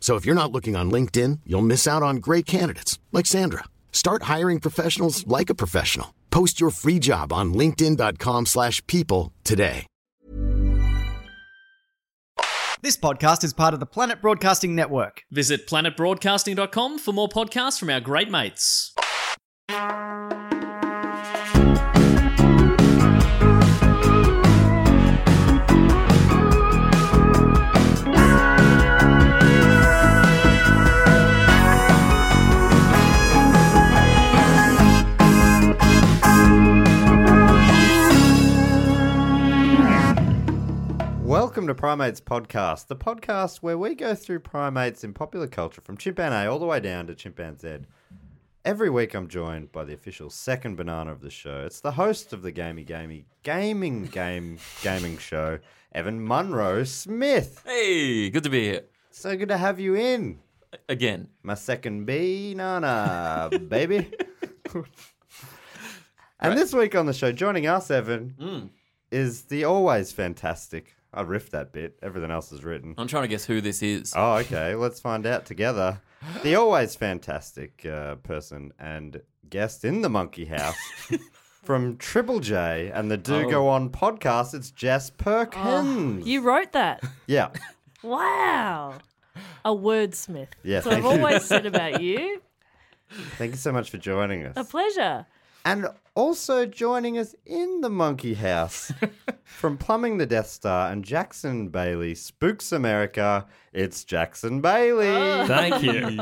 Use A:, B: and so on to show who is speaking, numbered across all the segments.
A: So if you're not looking on LinkedIn, you'll miss out on great candidates like Sandra. Start hiring professionals like a professional. Post your free job on linkedin.com/people slash people today.
B: This podcast is part of the Planet Broadcasting Network.
C: Visit planetbroadcasting.com for more podcasts from our great mates.
D: Welcome to Primates Podcast, the podcast where we go through primates in popular culture from chimpan A all the way down to chimpan Z. Every week I'm joined by the official second banana of the show. It's the host of the Gamey Gamey Gaming Game Gaming Show, Evan Munro Smith.
E: Hey, good to be here
D: So good to have you in.
E: again.
D: My second banana, baby. and this week on the show, joining us, Evan, is the always fantastic. I riffed that bit. Everything else is written.
E: I'm trying to guess who this is.
D: Oh, okay. Let's find out together. The always fantastic uh, person and guest in the Monkey House from Triple J and the Do Go
E: Oh.
D: On podcast. It's Jess Perkins.
F: You wrote that.
E: Oh.
D: yeah.
F: Wow. A wordsmith.
D: Yeah,
F: So
D: thank
F: I've
D: you.
F: always said about you.
D: Thank you so much for joining us.
F: A pleasure.
D: And also joining us in the Monkey House from Plumbing the Death Star and Jackson Bailey Spooks America. It's Jackson Bailey.
E: Ah.
G: Thank you.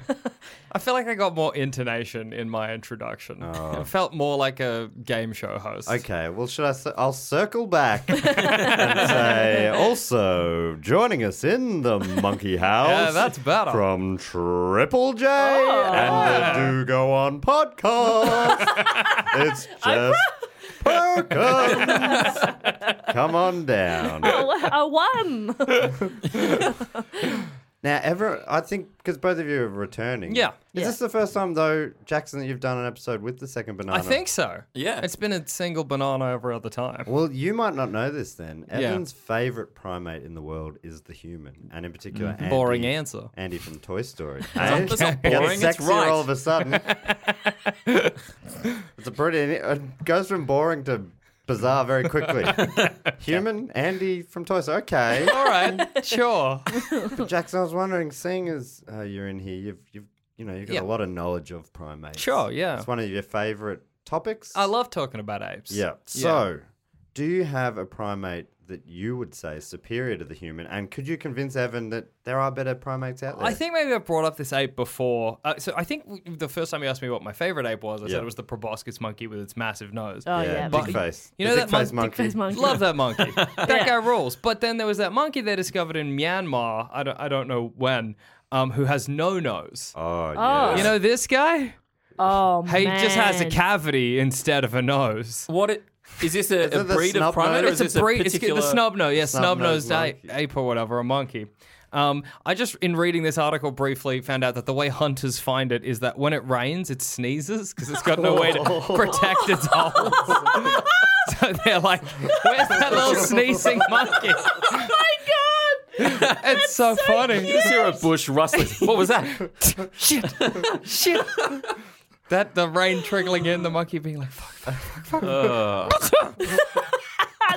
G: I feel like I got more intonation in my introduction. It felt more like a game show host.
D: Okay, well, should Oh. I? Cir- I'll circle back and say also joining us in the Monkey House.
G: Yeah, that's better. Oh.
D: From Triple J and the Do Go On podcast. it's just Perkins. Come on down.
F: I won.
D: Now, ever, I think because both of you are returning.
G: Yeah.
D: Is this the first time though, Jackson, that you've done an episode with the second banana?
G: I think so.
E: Yeah.
G: It's been a single banana every other time.
D: Well, you might not know this then. Evan's favorite primate in the world is the human, and in particular, Andy,
G: Boring answer.
D: Andy from Toy Story.
E: not- that's not
D: Hey? Gets
E: boring, it's
D: sexier
E: right.
D: all of a sudden. it's a pretty. It goes from boring to bizarre very quickly. human, Andy from Toy Story. Okay.
G: All right, sure.
D: But Jackson, I was wondering, seeing as uh, you're in here, you've you've you know you've got a
G: Yeah.
D: lot of knowledge of primates.
G: Sure, yeah.
D: It's one of your favorite topics.
G: I love talking about apes.
D: Yeah. So, do you have a primate that you would say is superior to the human? And could you convince Evan that there are better primates out there?
G: I think maybe I brought up this ape before. Uh, so I think w- the first time you asked me what my favorite ape was, I
D: Yeah.
G: said it was the proboscis monkey with its massive nose.
F: Oh,
D: Yeah,
F: yeah.
D: big
G: but-
D: face.
G: you
D: The
G: know
D: big
G: that
D: face
G: mon-
D: monkey.
F: Big face monkey.
G: Love that monkey. That
F: Yeah.
G: guy rules. But then there was that monkey they discovered in Myanmar. I don't, I don't know when. Um, who has no nose?
D: Oh,
F: Oh.
D: yeah.
G: You know this guy?
F: Oh,
G: He
F: man.
G: just has a cavity instead of a nose.
E: What it, is this a,
D: Is
E: a
D: it the
E: breed
D: snub
E: of primate or
D: nose?
E: is this
G: a breed.
E: a particular?
G: It's the snub nose, yeah, snub
D: Snub-nosed
G: nosed ape,
D: monkey.
G: ape or whatever, a monkey. Um, I just, in reading this article briefly, found out that the way hunters find it is that when it rains, it sneezes because it's got no way
E: Oh.
G: to protect its holes. so they're like, "Where's that little sneezing monkey?"
F: Oh, my God.
G: It's so, funny.
E: Is there a bush rustling? what was that?
G: Shit, shit. That the rain trickling in, the monkey being like, "Fuck, fuck, fuck, fuck."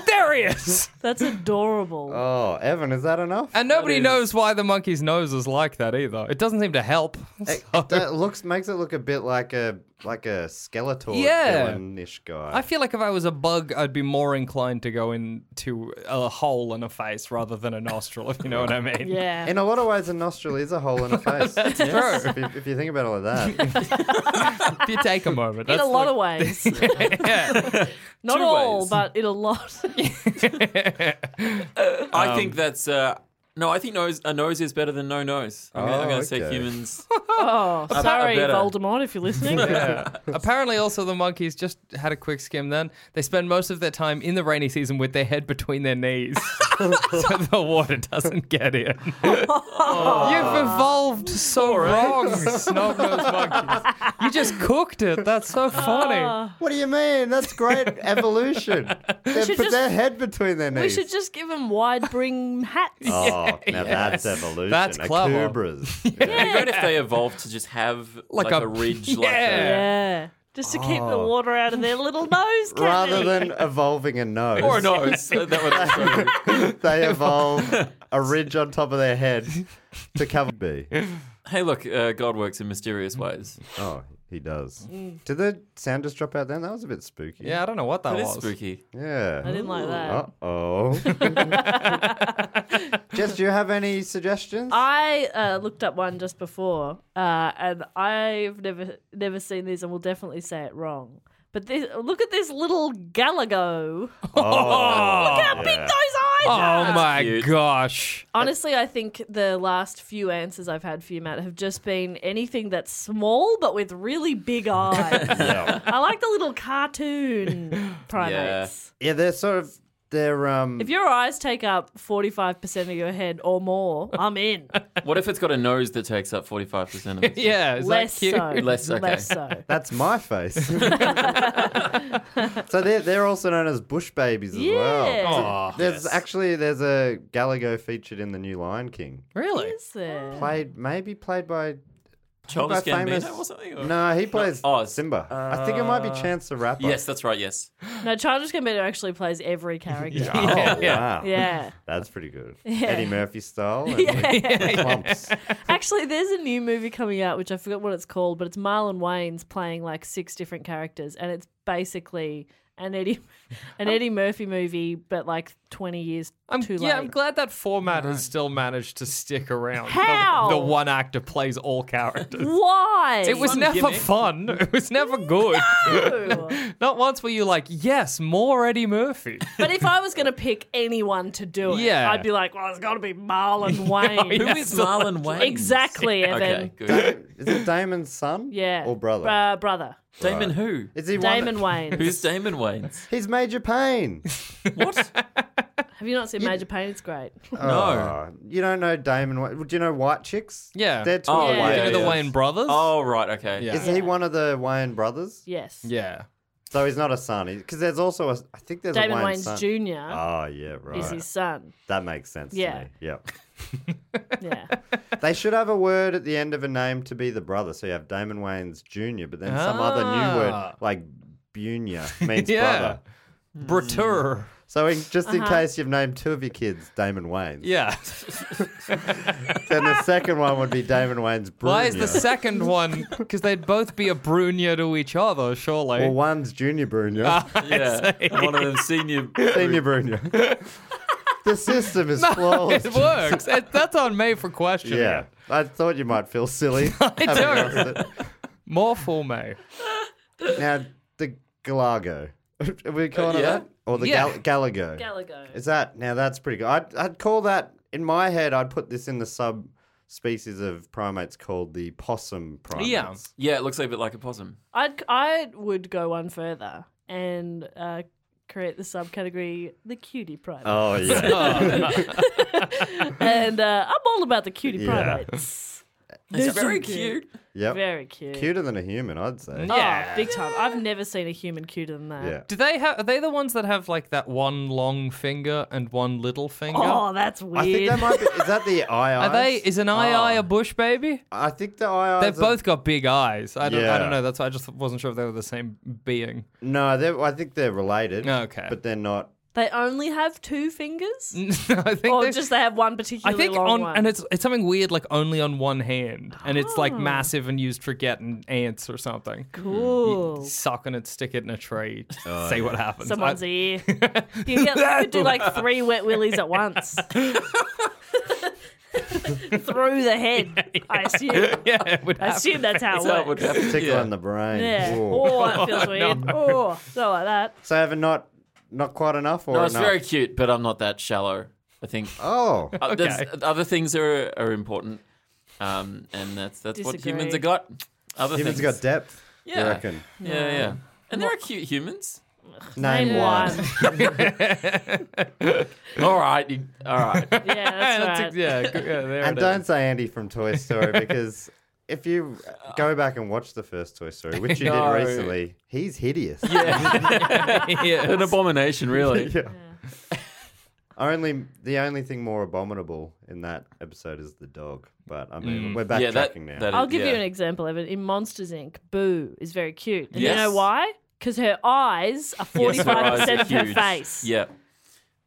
G: there he is.
F: That's adorable.
D: Oh, Evan, is that enough?
G: And nobody knows why the monkey's nose is like that either. It doesn't seem to help.
D: It,
G: So-
D: that looks makes it look a bit like a like a Skeletor
G: Yeah.
D: villain-ish guy.
G: I feel like if I was a bug, I'd be more inclined to go into a hole in a face rather than a nostril, if you know what I mean.
F: yeah.
D: in a lot of ways, a nostril is a hole in a face. That's
G: true.
D: If you, if you think about it like that.
G: If you take a moment.
F: in
G: that's
F: a lot
G: the-
F: of ways.
G: Yeah.
F: Not
E: Two
F: all,
E: ways.
F: but in a lot.
E: I think that's. Uh, no, I think nose, a nose is better than no nose. I'm, gonna- I'm
D: Oh,
E: going to say
D: okay.
E: humans.
F: oh, sorry,
E: better.
F: Voldemort, if you're listening.
G: Yeah. Apparently, also the monkeys just had a quick skim. Then they spend most of their time in the rainy season with their head between their knees, so the water doesn't get in. You've evolved so wrong, snob nosed monkeys. You just cooked it. That's so funny.
D: What do you mean? That's great evolution. They put
F: should
D: their
F: just-
D: head between their knees.
F: We should just give them wide brim hats.
D: Oh, now that's evolution.
G: That's
D: A
G: clever.
D: Kubras.
E: It'd be great if they evolved to just have like,
G: a-
E: a, ridge,
G: Yeah.
E: like a,
F: Yeah. Just to keep the water out of their little nose cavity.
D: Oh. Rather than evolving a nose,
E: or a nose. Uh, that would
D: they evolve a ridge on top of their head to cover B.
E: Hey, look, uh, God works in mysterious ways.
D: Oh, he does.
F: Mm.
D: Did the sound just drop out then? That was a bit spooky.
G: Yeah, I don't know what that
E: That is
G: was.
E: spooky.
D: Yeah.
F: I didn't like that.
D: Uh oh. Jess, do you have any suggestions?
F: I uh, looked up one just before, uh, and I've never never seen these, and will definitely say it wrong. But this, look at this little Galago.
D: oh,
F: How big those eyes are!
G: Oh my
E: cute.
G: gosh.
F: Honestly, I think the last few answers I've had for you, Matt, have just been anything that's small but with really big eyes. I like the little cartoon primates.
D: yeah, they're sort of they're um
F: If your eyes take up 45% of your head or more, I'm in.
E: What if it's got a nose that takes up 45% of it?
G: Yeah, is
F: Less
G: that cute?
F: so.
E: Less, okay.
F: Less so.
D: that's my face. so they're they're also known as bush babies as
F: Yeah.
D: well.
G: Aw.
D: There's actually there's a Galago featured in the new Lion King.
G: Really?
F: Is there?
D: Played maybe played by
E: Childish
D: by famous-
E: Gambino or something? or-
D: No, he plays
E: Oz.
D: Simba. I think it might be
F: Uh,
D: Chance the Rapper.
E: Yes, that's right, yes.
F: No, Childish Gambino actually plays every character.
D: Oh,
F: Yeah.
D: wow. That's pretty good. Eddie Murphy style. And like, clumps.
F: Actually, there's a new movie coming out, which I forgot what it's called, but it's Marlon Wayne's playing like six different characters, and it's basically an Eddie, an Eddie Murphy movie, but like 20 years
G: I'm,
F: too late.
G: yeah, I'm glad that format has still managed to stick around. The-
F: How?
G: The, one actor plays all characters.
F: Why?
G: It was
E: Fun
G: never
E: gimmick.
G: fun. It was never good.
F: No.
G: Not once were you like, yes, more Eddie Murphy.
F: but if I was going to pick anyone to do it,
G: Yeah. Oh,
F: I'd be like, well, it's got to be Marlon Wayne.
E: Who is Marlon Wayne?
F: Exactly, Evan.
E: Okay, good.
D: Is it Damon's son?
F: Yeah.
D: Or brother?
F: Uh, brother.
E: Damon who?
D: Is he one
F: Damon Wayne.
E: Who's Damon Wayne?
D: He's Major Payne.
E: What?
F: Have you not seen Major Payne? It's great.
D: Oh, you don't know Damon. Wa- Do you know White Chicks?
G: Yeah.
D: They're two
E: Oh,
D: Wayans.
E: yeah,
G: You know the
E: yeah.
G: Wayne brothers?
E: Oh, right, okay.
G: Yeah.
D: Is he one of the Wayne brothers?
F: Yes.
G: Yeah.
D: So he's not a son. Because there's also a. I think there's
F: Damon
D: a Wayne
F: Wayne's
D: son.
F: Jr.
D: Oh, yeah, right.
F: is his son.
D: That makes sense
F: Yeah.
D: to me. Yep.
F: Yeah.
D: they should have a word at the end of a name to be the brother. So you have Damon Wayne's Jr., but then some other new word,
G: Ah.
D: like Bunya, means
G: Yeah.
D: brother.
E: Hmm.
G: Bratur.
D: So in, just in case you've named two of your kids Damon Wayne,
G: Yeah.
D: then the second one would be Damon Wayne's Brunia.
G: Why is the second one? Because they'd both be a Brunia to each other, surely.
D: Well, one's Junior Brunia.
G: Ah.
E: Yeah. One of them senior.
D: Senior Brunia. the system is flawless.
G: it works. It, that's on me for questioning.
D: Yeah.
G: it.
D: I thought you might feel silly.
G: I do. More for me.
D: now, the Galago. Are we calling it
E: Uh, Yeah.
D: that? Or the
G: Yeah.
D: Gal- Galago.
F: Galago.
D: Is that now? That's pretty good. I'd, I'd call that in my head. I'd put this in the subspecies of primates called the possum primates.
G: Yeah.
E: Yeah, it looks a bit like a possum.
F: I'd, I would go one further and uh, create the subcategory the cutie primate.
D: Oh yeah.
F: And uh, I'm all about the cutie
D: Yeah.
F: primates.
E: It's very cute.
D: yep.
F: Very cute.
D: Cuter than a human, I'd say.
F: Oh,
G: Yeah.
F: big time. I've never seen a human cuter than that.
D: Yeah.
G: Do they have? Are they the ones that have like that one long finger and one little finger?
F: Oh, that's
D: I think
F: weird.
D: that might be. Is that the eye eyes? Oh.
G: Are they? Is an eye
F: Ah.
G: eye a bush baby?
D: I think the
F: Uh,
D: eye eyes.
G: They've
D: are-
G: both got big eyes. I don't. I
D: Yeah.
G: don't know. That's why I just wasn't sure if they were the same being.
D: No, they're, I think they're related.
G: Okay.
D: But they're not.
F: They only have two fingers,
G: I think
F: or
G: they-
F: just they have one
G: I
F: particularly
G: think
F: long
G: on
F: one.
G: and it's it's something weird like only on one hand and it's
F: Ah.
G: like massive and used for getting ants or something.
F: cool. Oh,
G: Suck on it, stick it in a tree, see what happens.
F: Someone's
G: I-
F: ear. You, get, you could do like three wet willies at once. Through the head, I assume.
G: yeah, it would
F: I
G: happen.
F: assume that's how
E: So it
F: it
E: would
F: works.
E: happen.
D: Tickle
E: Yeah.
D: in the brain.
F: Yeah.
D: Whoa.
F: Oh, that feels weird. Oh, so like that.
D: So have it not not quite enough or
E: No, it's
D: enough?
E: very cute, but I'm not that shallow. I think
D: Oh.
E: Uh, there's- other things are are important, um, and that's that's
F: Disagree.
E: what humans have got. Other
D: Humans
E: things.
D: got depth,
E: Yeah.
D: you reckon?
E: Yeah, yeah. And there are cute humans.
D: Name, one.
E: All right, you- all right.
F: Yeah, that's right.
G: yeah, g- yeah, there
D: And
G: it is.
D: don't say Andy from Toy Story because if you go back and watch the first Toy Story, which you
E: No.
D: did recently, he's hideous.
E: An abomination, really.
D: Only the only thing more abominable in that episode is the dog. But I mean, we're backtracking
E: Yeah, that,
D: now.
E: that
F: I'll
E: is-
F: give
E: yeah.
F: you an example of it. In Monsters Inc., Boo is very cute. And
E: Yes.
F: you know why? Because her eyes are
E: Yes, her
F: 45%
E: eyes are
F: of her
E: huge.
F: face.
E: Yeah,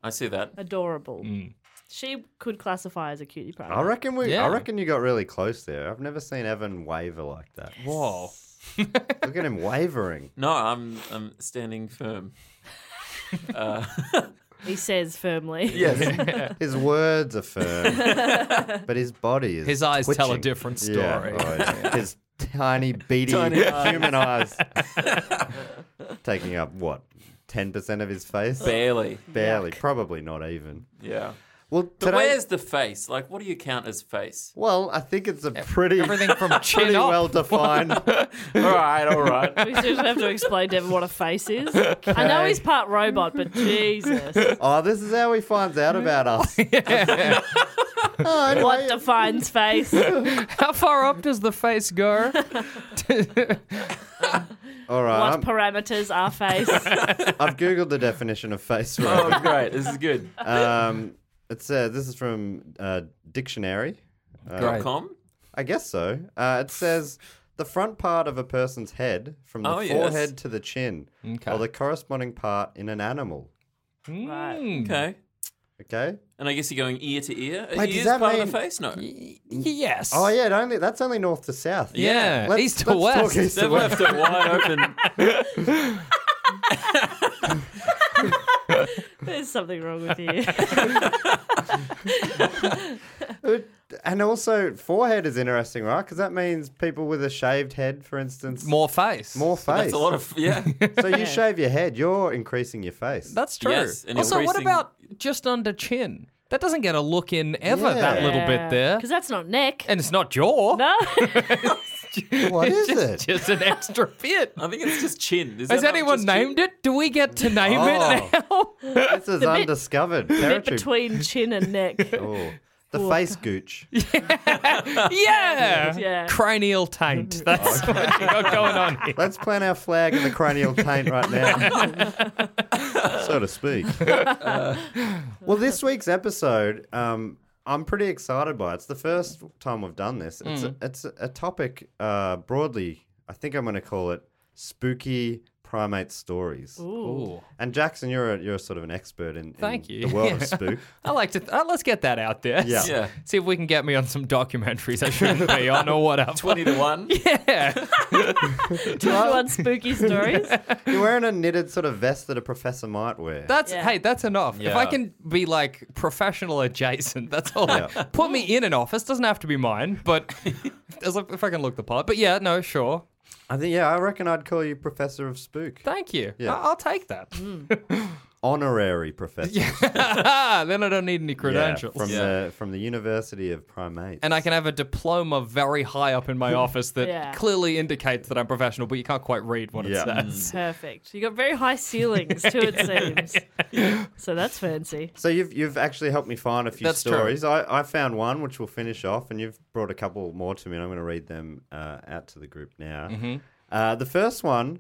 E: I see that.
F: Adorable. She could classify as a cutie pie.
D: I reckon we.
G: Yeah.
D: I reckon you got really close there. I've never seen Evan waver like that.
G: Whoa.
D: Look at him wavering.
E: No, I'm I'm standing firm.
F: He says firmly.
D: His words are firm, but his body is.
G: His eyes tell a
D: twitching.
G: different story.
D: Yeah, oh, yeah. His tiny, beady
E: Tiny eyes.
D: human eyes, taking up what ten percent of his face.
E: Barely.
D: Barely, probably not even.
E: Yeah.
D: Well,
E: But
D: today,
E: where's the face? Like, what do you count as face?
D: well, I think it's a pretty,
G: Everything from
D: pretty
G: chin up.
D: well defined.
E: all right, all right.
F: We just have to explain to Devin what a face is. I know he's part robot, but Jesus.
D: oh, this is how he finds out about us. Oh, anyway,
F: What defines face?
G: How far up does the face go?
D: All right,
G: Um,
F: What
D: I'm,
F: parameters are face?
D: I've googled the definition of face. Right
E: Oh, great. This is good.
D: um, it's uh, this is from uh, dictionary.
E: Dot com?
D: I guess so. Uh, it says the front part of a person's head, from the
E: Oh, yes.
D: forehead to the chin,
G: Okay.
D: or the corresponding part in an animal.
G: Mm.
E: Okay.
D: Okay.
E: And I guess you're going ear to ear. Are
D: Wait, does
E: ears
D: that
E: part
D: mean-
E: of the face? No.
G: Y- Yes.
D: Oh yeah, it only that's only north to south.
G: Yeah,
D: Let's-
G: east to
D: let's talk
G: west.
D: east to
E: They've left it wide open.
F: There's something wrong with you.
D: And also, forehead is interesting, right? Because that means people with a shaved head, for instance,
G: More face.
D: more face.
E: That's a lot of yeah.
D: so you shave your head, you're increasing your face.
G: That's true.
E: Yes, and
G: also, what
E: increasing-
G: about just under chin? That doesn't get a look in ever. That
D: Yeah.
G: little bit there,
F: Because that's not neck.
G: and it's not jaw.
F: No.
D: what is
G: just,
D: it?
G: Just an extra bit.
E: I think it's just chin. Is
G: Has
E: that not
G: anyone
E: just
G: named
E: chin?
G: it? Do we get to name
D: Oh.
G: it now?
D: This is undiscovered
F: Bit
D: territory.
F: between chin and neck.
D: Oh, the face gooch.
G: yeah.
F: Yeah.
G: Cranial taint. That's what you got going on here.
D: Let's plant our flag in the cranial taint right now, so to speak. well, this week's episode, um, I'm pretty excited by. It's the first time we've done this. It's a, it's a topic uh, broadly. I think I'm going to call it spooky primate stories. And Jackson, you're a, you're sort of an expert in, in
G: Thank you.
D: the world of
G: Yeah.
D: spook.
G: I like to. Th- uh, let's get that out there.
D: Yeah.
E: Yeah.
G: See if we can get me on some documentaries I shouldn't be on or whatever.
E: Twenty to one.
G: Yeah.
F: Two to one spooky stories.
D: You're wearing a knitted sort of vest that a professor might wear.
G: That's
F: Yeah.
G: hey, that's enough. If I
E: Yeah.
G: can be like professional adjacent, that's all. I-
D: Yeah.
G: Put me in an office doesn't have to be mine, but as if if I can look the part. But yeah, no, sure.
D: I think yeah, I reckon I'd call you professor of spook,
G: Thank you.
D: Yeah.
G: I- will take that.
F: Hmm.
D: honorary professor.
G: Ah, then I don't need any
D: Yeah,
G: credentials.
D: from
E: Yeah.
D: the from the University of Primates.
G: and I can have a diploma very high up in my office that
F: Yeah.
G: clearly indicates that I'm professional, but you can't quite read what
D: Yeah. Mm.
G: it says.
F: Perfect. You got very high ceilings too, it seems. So that's fancy.
D: so you've you've actually helped me find a few
G: That's true.
D: stories. I, I found one which we'll finish off, and you've brought a couple more to me, and I'm going to read them uh, out to the group now.
G: Mm-hmm.
D: Uh, the first one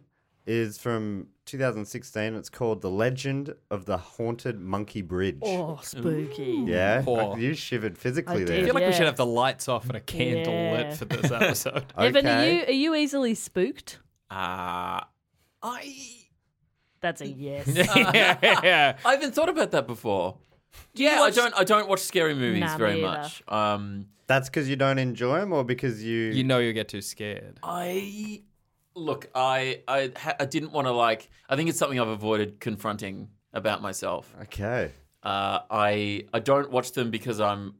D: is from 2016. It's called "The Legend of the Haunted Monkey Bridge."
F: Oh, spooky.
D: Yeah,
G: Poor.
D: you shivered physically
F: I
G: I
D: there.
G: feel like we
F: Yeah.
G: should have the lights off and a candle
F: Yeah.
G: lit for this episode.
D: Uh,
F: Evan, are you are you easily spooked?
E: Ah, I
F: That's a yes.
G: yeah, yeah.
E: I haven't thought about that before. Yeah, I don't. I don't watch scary movies
F: Nah, me
E: very
F: either.
E: much. Um,
D: That's because you don't enjoy them, or because you,
G: You know you'll get too scared.
E: I look. I I, ha- I didn't want to like. I think it's something I've avoided confronting about myself.
D: Okay.
E: Uh, I I don't watch them because I'm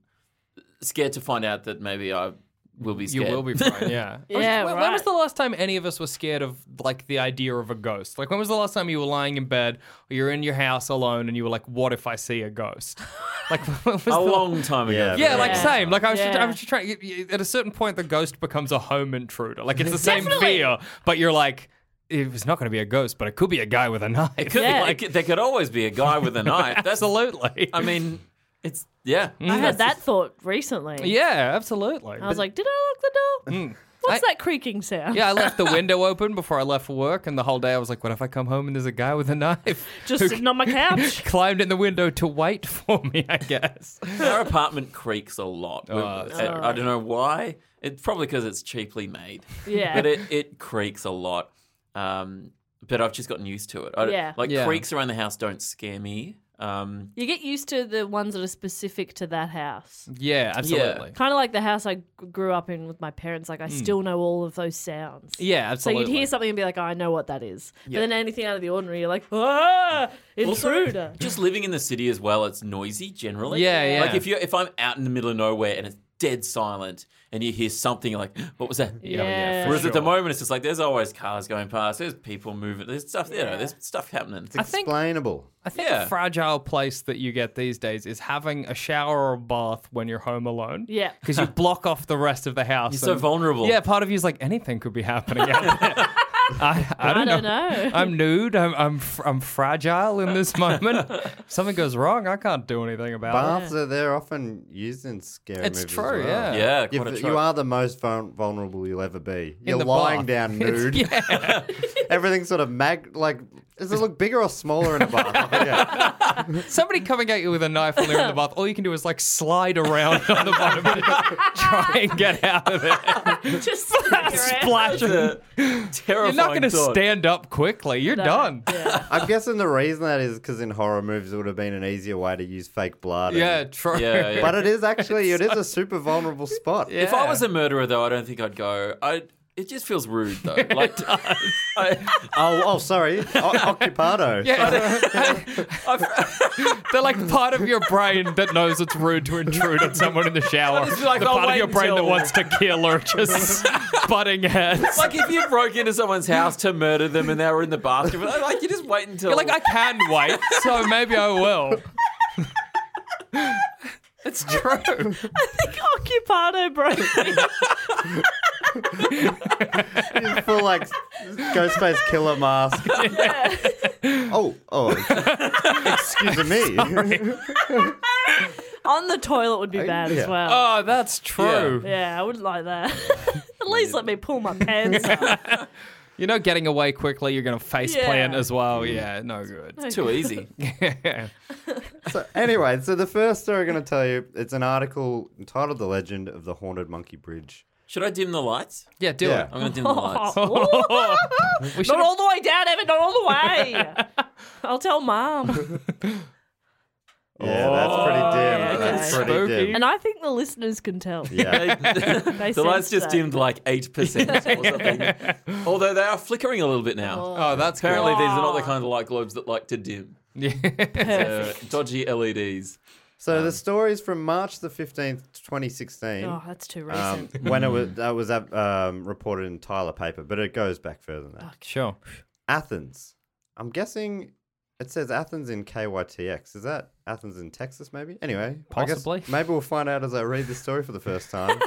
E: scared to find out that maybe I will be
G: You
E: scared.
G: will be fine, yeah.
F: Yeah,
G: when, when was
F: right.
G: the last time any of us were scared of like the idea of a ghost? Like when was the last time you were lying in bed or you're in your house alone and you were like, "What if I see a ghost?" Like when was
E: a
G: the
E: long time ago.
D: Yeah,
G: Oh, Yeah, like
F: Yeah.
G: same. Like I was, just, I
F: Yeah.
G: was just trying. y- y- At a certain point, the ghost becomes a home intruder. Like it's the same
F: Definitely.
G: fear, but you're like, it was not going to be a ghost, but it could be a guy with a knife. It
E: Could be,
F: Yeah.
E: like, there could always be a guy with a knife. That's
G: absolutely.
E: I mean, it's yeah.
F: I had that thought recently.
G: yeah, absolutely.
F: I was like, did I lock the door? What's that creaking sound?
G: Mm. yeah, I left the window open before I left for work, and the whole day I was like, what if I come home and there's a guy with a knife?
F: Just sitting on my couch.
G: climbed in the window to wait for me, I guess.
E: Our apartment creaks a
G: Oh,
E: lot. We've- I, I don't know why. It's probably because it's cheaply made.
F: Yeah.
E: But it, it creaks a lot. Um, but I've just gotten used to it. I, don't-
F: Yeah.
E: Like
G: Yeah.
E: creaks around the house don't scare me. Um,
F: You get used to the ones that are specific to that house.
G: Yeah, absolutely.
F: Kind of like the house I g- grew up in with my parents. Like, I still know all of those sounds.
G: Mm. Yeah,
F: So
G: absolutely.
F: you'd hear something and be like, oh, I know what that is. But then anything out of the ordinary, you're like, ah, intruder.
E: just living in the city as well, it's noisy generally.
G: Yeah, yeah.
E: Like if you if I'm out in the middle of nowhere and it's dead silent and you hear something you're like what was that?
G: Yeah, yeah, for
E: Whereas at the
G: sure.
E: moment it's just like there's always cars going past, there's people moving, there's stuff you know, there's stuff happening.
D: It's
G: think-
D: explainable.
G: I think
E: Yeah.
G: the fragile place that you get these days is having a shower or a bath when you're home alone.
F: Yeah.
G: Because you block off the rest of the house.
E: You're so
G: and-
E: vulnerable.
G: Yeah, part of you is like, anything could be happening out there. I, I, don't,
F: don't
G: know.
F: know.
G: I'm nude. I'm I'm, fr- I'm fragile in this moment. if something goes wrong, I can't do anything about
D: Baths are they're often used in scary
G: it. Oh. It's
D: movies. as
G: true.
D: well.
G: Yeah.
E: Yeah,
D: You've-
E: quite a
D: you
E: trope.
D: are the most vul- vulnerable you'll ever be.
G: In
D: You're
G: the
D: lying
G: bath.
D: down
G: It's-
D: nude.
G: yeah.
D: Everything's sort of mag. Like, does it look bigger or smaller in a bath? yeah.
G: Somebody coming at you with a knife while you're in the bath, all you can do is like slide around on the bottom and try and get out of it.
F: just splash.
G: Splash. You're
E: Terrifying
G: not going to
E: thought.
G: stand up quickly. You're done.
D: I'm guessing the reason that is because in horror movies it would have been an easier way to use fake blood. and-
G: Yeah, true.
E: Yeah, yeah.
D: But it is actually it is a super vulnerable spot.
E: If I was a murderer, though, I don't think I'd go. I. It just feels rude, though. Like, I,
D: Oh, oh, sorry, o- occupado.
G: Yeah. They're like part of your brain that knows it's rude to intrude on someone in the shower.
E: just like,
G: the
E: "I'll
G: part of
E: wait
G: your brain that
E: until-"
G: wants to kill or just butting heads.
E: like if you broke into someone's house to murder them and they were in the bathroom, like you just wait until.
G: You're like, I can wait, so maybe I will. it's true.
F: I think Occupado broke me.
D: full like Ghostface killer mask. Oh, oh, excuse me.
F: on the toilet would be bad
D: yeah.
F: as well.
G: Oh, that's true.
F: yeah, I wouldn't like that. At least let me pull my pants up.
G: You're not getting away quickly. You're going to face
F: Yeah.
G: plant as well. Yeah, no good.
E: too easy.
D: So anyway, so the first story I'm going to tell you it's an article entitled "The Legend of the Haunted Monkey Bridge."
E: Should I dim the lights?
G: Yeah, do
D: Yeah.
G: it.
E: I'm gonna dim the lights.
G: We should
F: not all the way down, Evan, not all the way. I'll tell mom.
D: Yeah, that's pretty
F: Oh,
D: dim.
F: okay.
D: That's pretty
G: Spooky.
D: dim.
F: And I think the listeners can tell.
D: Yeah.
F: They
E: the lights
F: sense
E: just
F: that.
E: dimmed like eight percent or something. Although they are flickering a little bit now.
G: Oh, that's cool.
E: Apparently, these are not the kind of light globes that like to dim. They're dodgy E LEDs.
D: So the story is from March the fifteenth, twenty sixteen.
F: Oh, that's too
D: Um,
F: recent.
D: when it was that was um, reported in Tyler paper, but it goes back further than that.
G: Sure.
D: Athens. I'm guessing it says Athens in KYTX. Is that Athens in Texas, maybe? Anyway, I guess
G: Possibly.
D: maybe we'll find out as I read the story for the first time.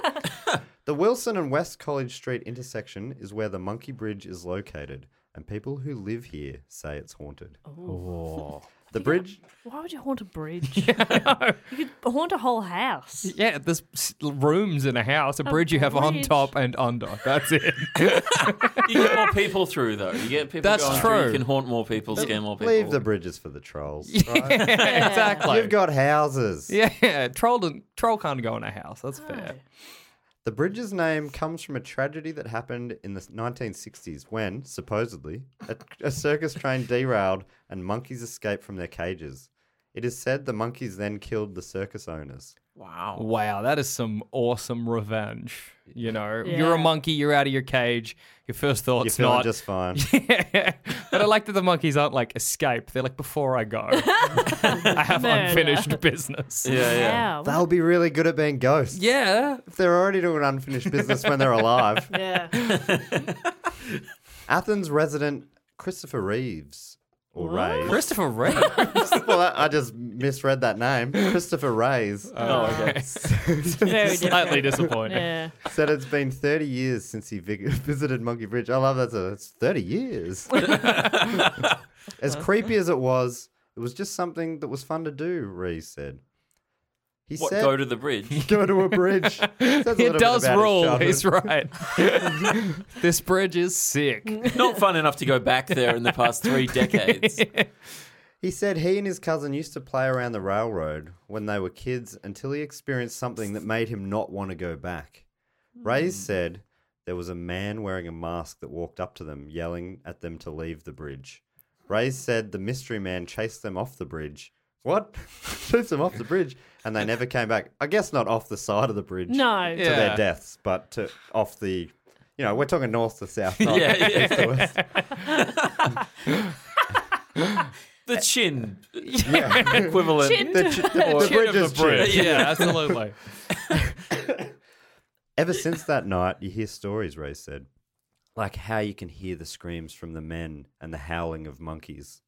D: the Wilson and West College Street intersection is where the Monkey Bridge is located, and people who live here say it's haunted.
E: Oh.
D: The bridge.
F: Why would you haunt a bridge? You could haunt a whole house.
G: Yeah, there's s- rooms in a house, a bridge you have on
F: bridge.
G: top and under. That's it.
E: You get more people through though. You get people
G: That's
E: going through.
G: true.
E: You can haunt more people, scare more people.
D: Leave the bridges for the trolls. right?
G: exactly.
D: You've got houses.
G: yeah, troll, didn't- troll can't go in a house. That's fair.
D: The bridge's name comes from a tragedy that happened in the 1960s when, supposedly, a, a circus train derailed and monkeys escaped from their cages. It is said the monkeys then killed the circus owners.
E: Wow.
G: Wow, that is some awesome revenge. You know,
F: Yeah.
G: you're a monkey, you're out of your cage. Your first
D: You're
G: thought's
D: feeling
G: not.
D: just fine.
G: but I like that the monkeys aren't like escape. They're like before I go, I have
F: Murder.
G: unfinished business.
E: Yeah, yeah.
F: Wow.
D: They'll be really good at being ghosts.
G: Yeah,
D: If they're already doing unfinished business when they're alive.
F: Yeah.
D: Athens resident Christopher Reeves, or Ray.
G: Christopher Reeve.
D: well, I, I just misread that name. Christopher Ray's
E: Oh, okay.
F: Very
G: Slightly
F: different.
G: disappointed.
F: Yeah.
D: said it's been 30 years since he vi- visited Monkey Bridge. I love that. so It's 30 years. as creepy as it was, it was just something that was fun to do, Reeves said. He
E: What,
D: said,
E: go to the bridge?
D: "Go to a bridge. Says a little
G: It
D: bit
G: does
D: about his
G: rule.
D: childhood.
G: He's right. this bridge is sick.
E: Not fun enough to go back there in the past three decades.
D: He said he and his cousin used to play around the railroad when they were kids until he experienced something that made him not want to go back. Reyes said there was a man wearing a mask that walked up to them, yelling at them to leave the bridge. Reyes said the mystery man chased them off the bridge. What? chased them off the bridge, and they never came back. I guess not off the side of the bridge
F: No.
D: to
G: Yeah.
D: their deaths, but to off the. You know, we're talking north to south, not
E: Yeah, yeah.
D: east to west.
E: The chin equivalent.
D: The, ch- the, the bridge is bridge.
G: Yeah, absolutely.
D: Ever since that night, you hear stories, Ray said. Like how you can hear the screams from the men and the howling of monkeys.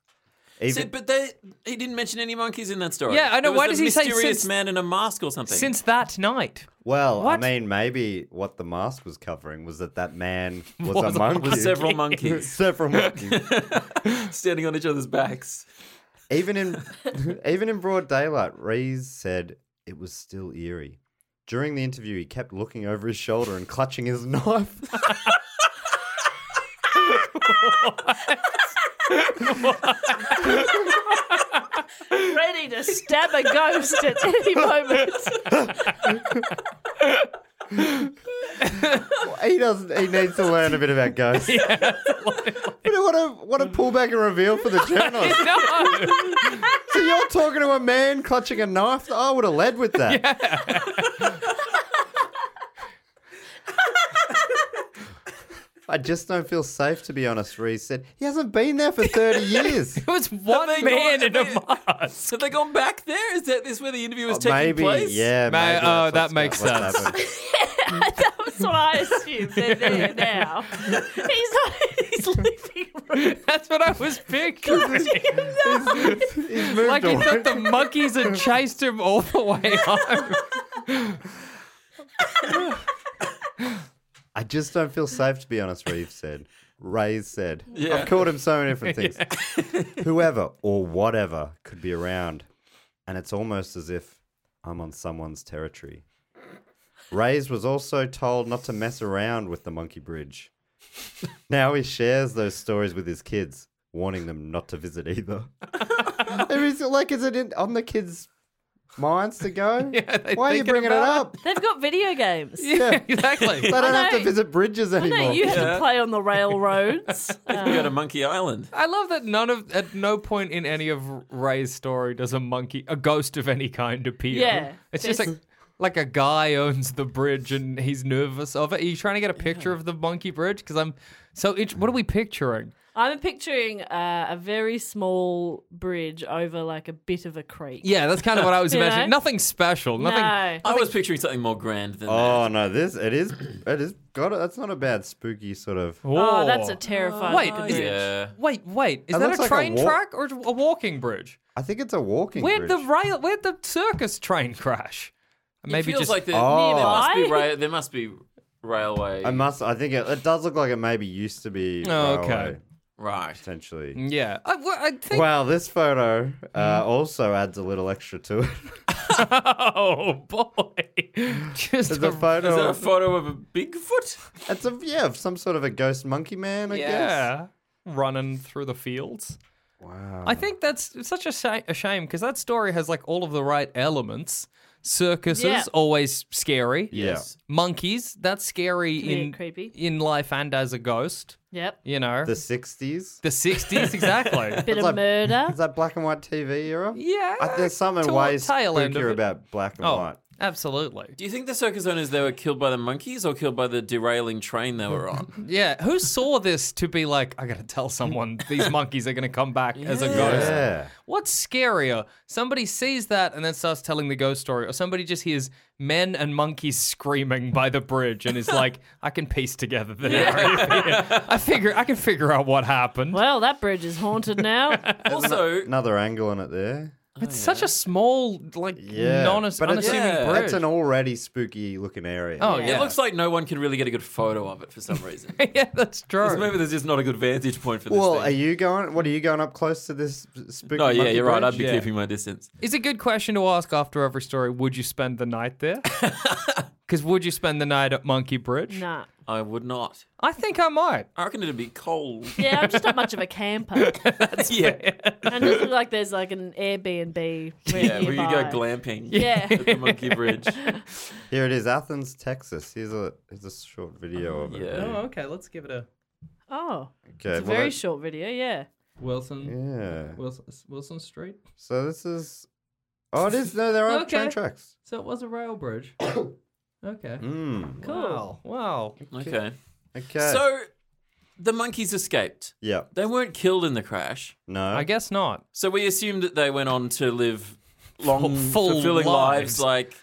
E: See,
D: Even,
E: but they, he didn't mention any monkeys in that story.
G: Yeah, I know.
E: There was
G: Why
E: a
G: does he say
E: mysterious
G: since-
E: man in a mask or something?
G: Since that night,
D: well,
G: What?
D: I mean, maybe what the mask was covering was that that man was,
G: Was
D: a
G: a-
D: monkey.
E: with several monkeys
D: Several monkeys.
E: standing on each other's backs.
D: even in even in broad daylight, Rees said it was still eerie. During the interview, he kept looking over his shoulder and clutching his knife.
F: Ready to stab a ghost at any moment.
D: He doesn't. He needs to learn a bit about ghosts. but what a what a pullback and reveal for the journalist. So you're talking to a man clutching a knife? I would have led with that. I just don't feel safe, to be honest. Reese said he hasn't been there for thirty years.
G: it was one
E: they
G: man
E: gone-
G: in a
E: have
G: mask.
E: Have they gone back there? Is that this where the interview is taking
D: Uh, maybe,
E: place?
D: yeah.
G: May-
D: maybe
G: oh,
D: that's
G: that
D: what's-
G: makes
D: what's
G: sense.
D: happened.
F: That's what I assume. They're there now. He's not in his living room.
G: That's what I was picturing.
D: He's moved
G: like he
D: away.
G: thought the monkeys had chased him all the way home.
D: I just don't feel safe, to be honest, Reeve said. Ray's said.
E: Yeah.
D: I've called him so many different things. Whoever or whatever could be around. And it's almost as if I'm on someone's territory. Ray's was also told not to mess around with the monkey bridge. now he shares those stories with his kids, warning them not to visit either. there is, like, is it in, on the kids' minds to go?
G: Yeah, they
D: Why are you
G: thinking
D: bringing it
G: about it?
D: up?
F: They've got video games.
G: Yeah, exactly.
E: uh,
D: They don't have to
F: know.
D: visit bridges
F: I
D: anymore.
F: know you had
E: Yeah.
F: to play on the railroads.
E: You
F: Uh,
E: go to Monkey Island.
G: I love that none of at no point in any of Ray's story does a monkey, a ghost of any kind appear.
F: Yeah,
G: it's just like
F: there's-
G: like a guy owns the bridge and he's nervous of it. Are you trying to get a picture of the monkey bridge? Because I'm so. It, what are we picturing?
F: I'm picturing uh, a very small bridge over like a bit of a creek.
G: Yeah, that's kind of what I was
F: You
G: imagining.
F: know?
G: Nothing special.
F: No.
G: Nothing.
E: I was picturing something more grand than
D: Oh no, this it is it is got it. That's not a bad spooky sort of.
F: Oh,
G: Whoa.
F: that's a terrifying.
G: Wait,
E: that.
G: is it-
E: yeah.
G: Wait, wait. Is
D: That
G: that,
D: looks
G: a
D: like a
G: train
D: walk-
G: track or a walking bridge?
D: I think it's a walking.
G: Where'd the
D: bridge.
G: rail? Where'd the circus train crash?
E: it feels like the,
D: Oh.
E: there, must be
F: Nearby.
E: ra- there must be railway.
D: I must. I think it, it does look like it maybe used to be.
G: Oh, okay.
D: railway,
E: right.
D: Potentially.
G: yeah. I, well, I think. Hmm?
D: Wow, this photo uh, also adds a little extra to it.
G: Oh boy! Just
D: There's a photo.
E: Is that a
D: of-
E: photo of a Bigfoot?
D: it's a yeah, of some sort of a ghost monkey man. I guess.
G: yeah, running through the fields. Wow! I think that's it's such a, sa- a shame because that story has like all of the right elements Circuses,
F: Yeah.
G: always scary.
D: Yes.
G: Monkeys, that's scary
F: Can be
G: in
F: creepy.
G: in life and as a ghost.
F: Yep.
G: You know,
D: The
G: the,
D: sixties.
G: 60s, exactly.
F: Bit of
D: like-
F: murder.
D: Is that black and white TV era?
G: yeah.
D: I, there's something
G: toward-
D: way
G: tail end of
D: spookier
G: it.
D: about black and
G: Oh,
D: white.
G: absolutely.
E: Do you think the circus owners they were killed by the monkeys or killed by the derailing train they were on?
G: Yeah, who saw this to be like, I gotta tell someone these monkeys are gonna come back as a ghost?
D: Yeah.
G: What's scarier? Somebody sees that and then starts telling the ghost story, or somebody just hears men and monkeys screaming by the bridge and is like, I can piece together the narrative. I figure I can figure out what happened.
F: Well, that bridge is haunted now.
E: also,
D: Another angle on it there.
G: It's such a small, like,
D: Oh, Yeah.
G: non
D: But it's-
G: unassuming
E: Yeah.
G: bridge.
D: That's an already spooky looking area.
G: oh yeah,
E: it looks like no one can really get a good photo of it for some reason.
G: yeah, that's
E: Because
G: true.
E: maybe there's just not a good vantage point for this
D: Well,
E: thing.
D: are you going? What are you going up close to this sp- spooky?
E: no, yeah,
D: monkey
E: you're right.
D: bridge?
E: I'd be
G: Yeah.
E: keeping my distance.
G: It's a good question to ask after every story. Would you spend the night there? Because would you spend the night at Monkey Bridge?
F: nah.
E: I would not.
G: I think I might.
E: I reckon it'd be cold.
F: Yeah, I'm just not much of a camper.
E: yeah,
F: And it like there's like an Airbnb. Where
E: yeah.
F: yeah,
E: We could go glamping.
F: Yeah.
E: at the Monkey Bridge.
D: Here it is, Athens, Texas. Here's a here's a short video of it.
E: Yeah.
G: Oh, okay. Let's give it a
F: Oh,
D: Okay.
F: it's
D: well,
F: a very
D: that-
F: short video. Yeah.
G: Wilson.
D: Yeah.
G: Wilson, Wilson Street.
D: So this is. Oh, it is. No, there are train
G: Okay.
D: tracks.
G: So it was a rail bridge. okay.
D: Mm.
F: Cool.
G: Wow. Wow.
E: Okay.
D: Okay.
E: So the monkeys escaped.
D: yeah.
E: They weren't killed in the crash.
D: No.
G: I guess not.
E: So we assume that they went on to live long,
G: Full- full
E: fulfilling lives.
G: Mm, lives.
E: like,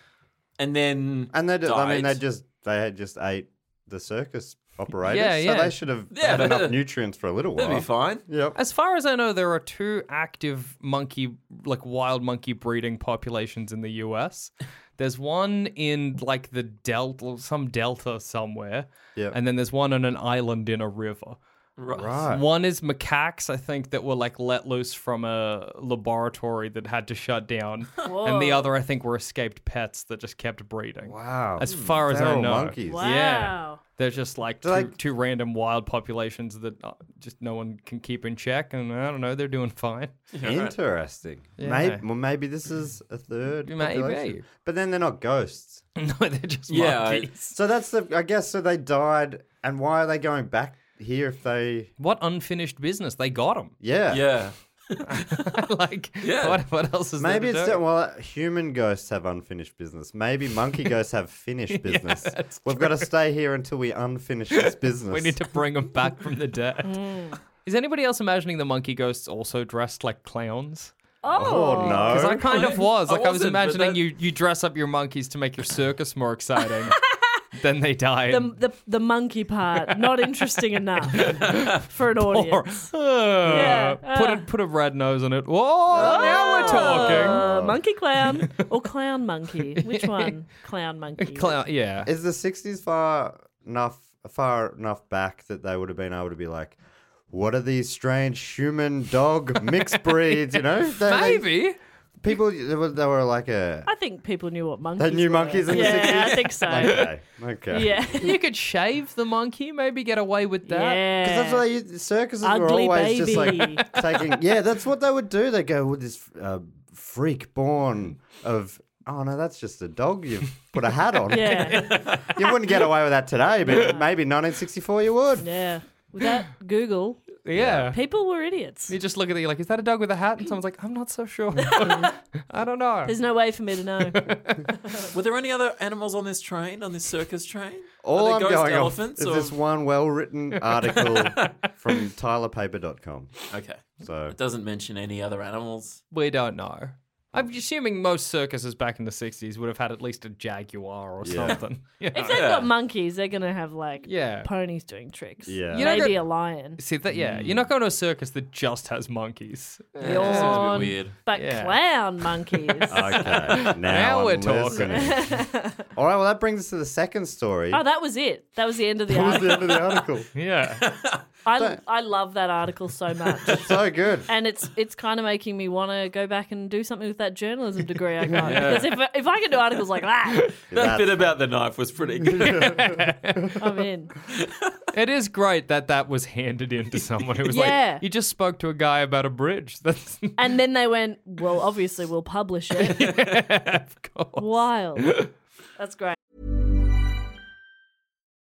E: and then
D: And they, did, I mean, they
E: died.
D: just they had just ate the circus operators,
G: Yeah,
D: so
G: yeah.
D: they should have
E: Yeah,
D: had enough
E: but-
D: nutrients for a little while.
E: that'd be fine.
D: Yep.
G: As far as I know, there are two active monkey, like wild monkey breeding populations in the US. There's one in like the delta, some delta somewhere.
D: Yep.
G: And then there's one on an island in a river.
D: Right.
G: One is macaques, I think, that were like let loose from a laboratory that had to shut down, and the other, I think, were escaped pets that just kept breeding.
D: Wow.
G: As far as I
D: Feral
G: know,
D: monkeys.
F: Wow.
G: Yeah. they're just like two,
D: They're like-
G: two random wild populations that uh, just no one can keep in check, and I don't know, they're doing fine.
D: Interesting.
G: Yeah.
D: Maybe, well, maybe this is a third.
G: Maybe.
D: population. But then they're not ghosts.
G: no, they're just
E: Yeah, I-
G: monkeys.
D: So that's the. I guess so. They died, and why are they going back here if they?
G: What unfinished business? They got them.
D: Yeah.
E: Yeah.
G: like,
E: Yeah.
G: what, what else is
D: Maybe
G: there
D: it's
G: to do?
D: still, well, human ghosts have unfinished business. Maybe monkey ghosts have finished business. We've got to stay here until we unfinish this business.
G: We need to bring them back from the dead. Is anybody else imagining the monkey ghosts also dressed like clowns?
D: Oh, no!
G: Because I kind of was.
E: I
G: Like I, was
E: wasn't, but
G: imagining
E: that-
G: you you dress up your monkeys to make your circus more exciting. then they died.
F: The, the, the monkey part, not interesting enough for an
G: Or,
F: audience.
G: uh,
F: Yeah,
G: put
F: uh. Oh.
G: a put a red nose on it. Whoa! now we're talking.
F: Uh, monkey clown or clown monkey? Which one? Clown monkey.
G: Clown. Yeah.
D: Is the sixties far enough far enough back that they would have been able to be like, what are these strange human dog mixed breeds? You know, They- they-
G: Maybe.
D: people they were, they were like a
F: I think people knew what monkeys.
D: They knew
F: were.
D: monkeys in the
F: yeah,
D: 60s?
F: I think so.
D: okay, okay.
F: Yeah.
G: You could shave the monkey. Maybe get away with that.
F: yeah.
D: Because that's what they used, circuses were
F: Ugly
D: always just
F: baby.
D: like taking. Yeah, that's what they would do. They go with this uh, freak born of. Oh no, that's just a dog you put a hat on.
F: Yeah.
D: You wouldn't get away with that today, but maybe 1964 you would.
F: Yeah. Without Google,
G: yeah.
F: people were idiots.
G: You just look at it. You're like, is that a dog with a hat? And someone's like, I'm not so sure. I don't know.
F: There's no way for me to know.
E: Were there any other animals on this train, on this circus train?
D: All
E: Are
D: I'm
E: there ghost
D: going off
E: elephants
D: is
E: or-
D: this one well-written article from TylerPaper.com.
E: Okay.
D: So
E: It doesn't mention any other animals.
G: We don't know. I'm assuming most circuses back in the 60s would have had at least a jaguar or
D: Yeah.
G: something. Yeah.
F: If they've
E: Yeah.
F: got monkeys, they're gonna have like
G: Yeah.
F: ponies doing tricks.
D: Yeah.
G: You know,
F: Maybe a
G: that-
F: lion.
G: See that? Yeah, you're not going to a circus that just has monkeys.
E: It's a
F: Yawn.
E: bit weird.
F: But
G: Yeah.
F: clown monkeys.
D: okay, now,
G: Now we're
D: I'm
G: talking.
D: listening. All right, well that brings us to the second story.
F: oh, that was it. That was the end of the
D: that was
F: article.
D: the end of the article.
G: Yeah,
F: I, I love that article so much.
D: So good.
F: and it's it's kind of making me want to go back and do something with that journalism degree I got. Because if, if I can do articles like that,
E: That bit about the knife was pretty good.
F: I'm in.
G: It is great that that was handed in to someone who was
F: Yeah.
G: like, "You just spoke to a guy about a bridge." That's
F: And then they went, well, obviously we'll publish it.
G: of course.
F: Wild. That's great.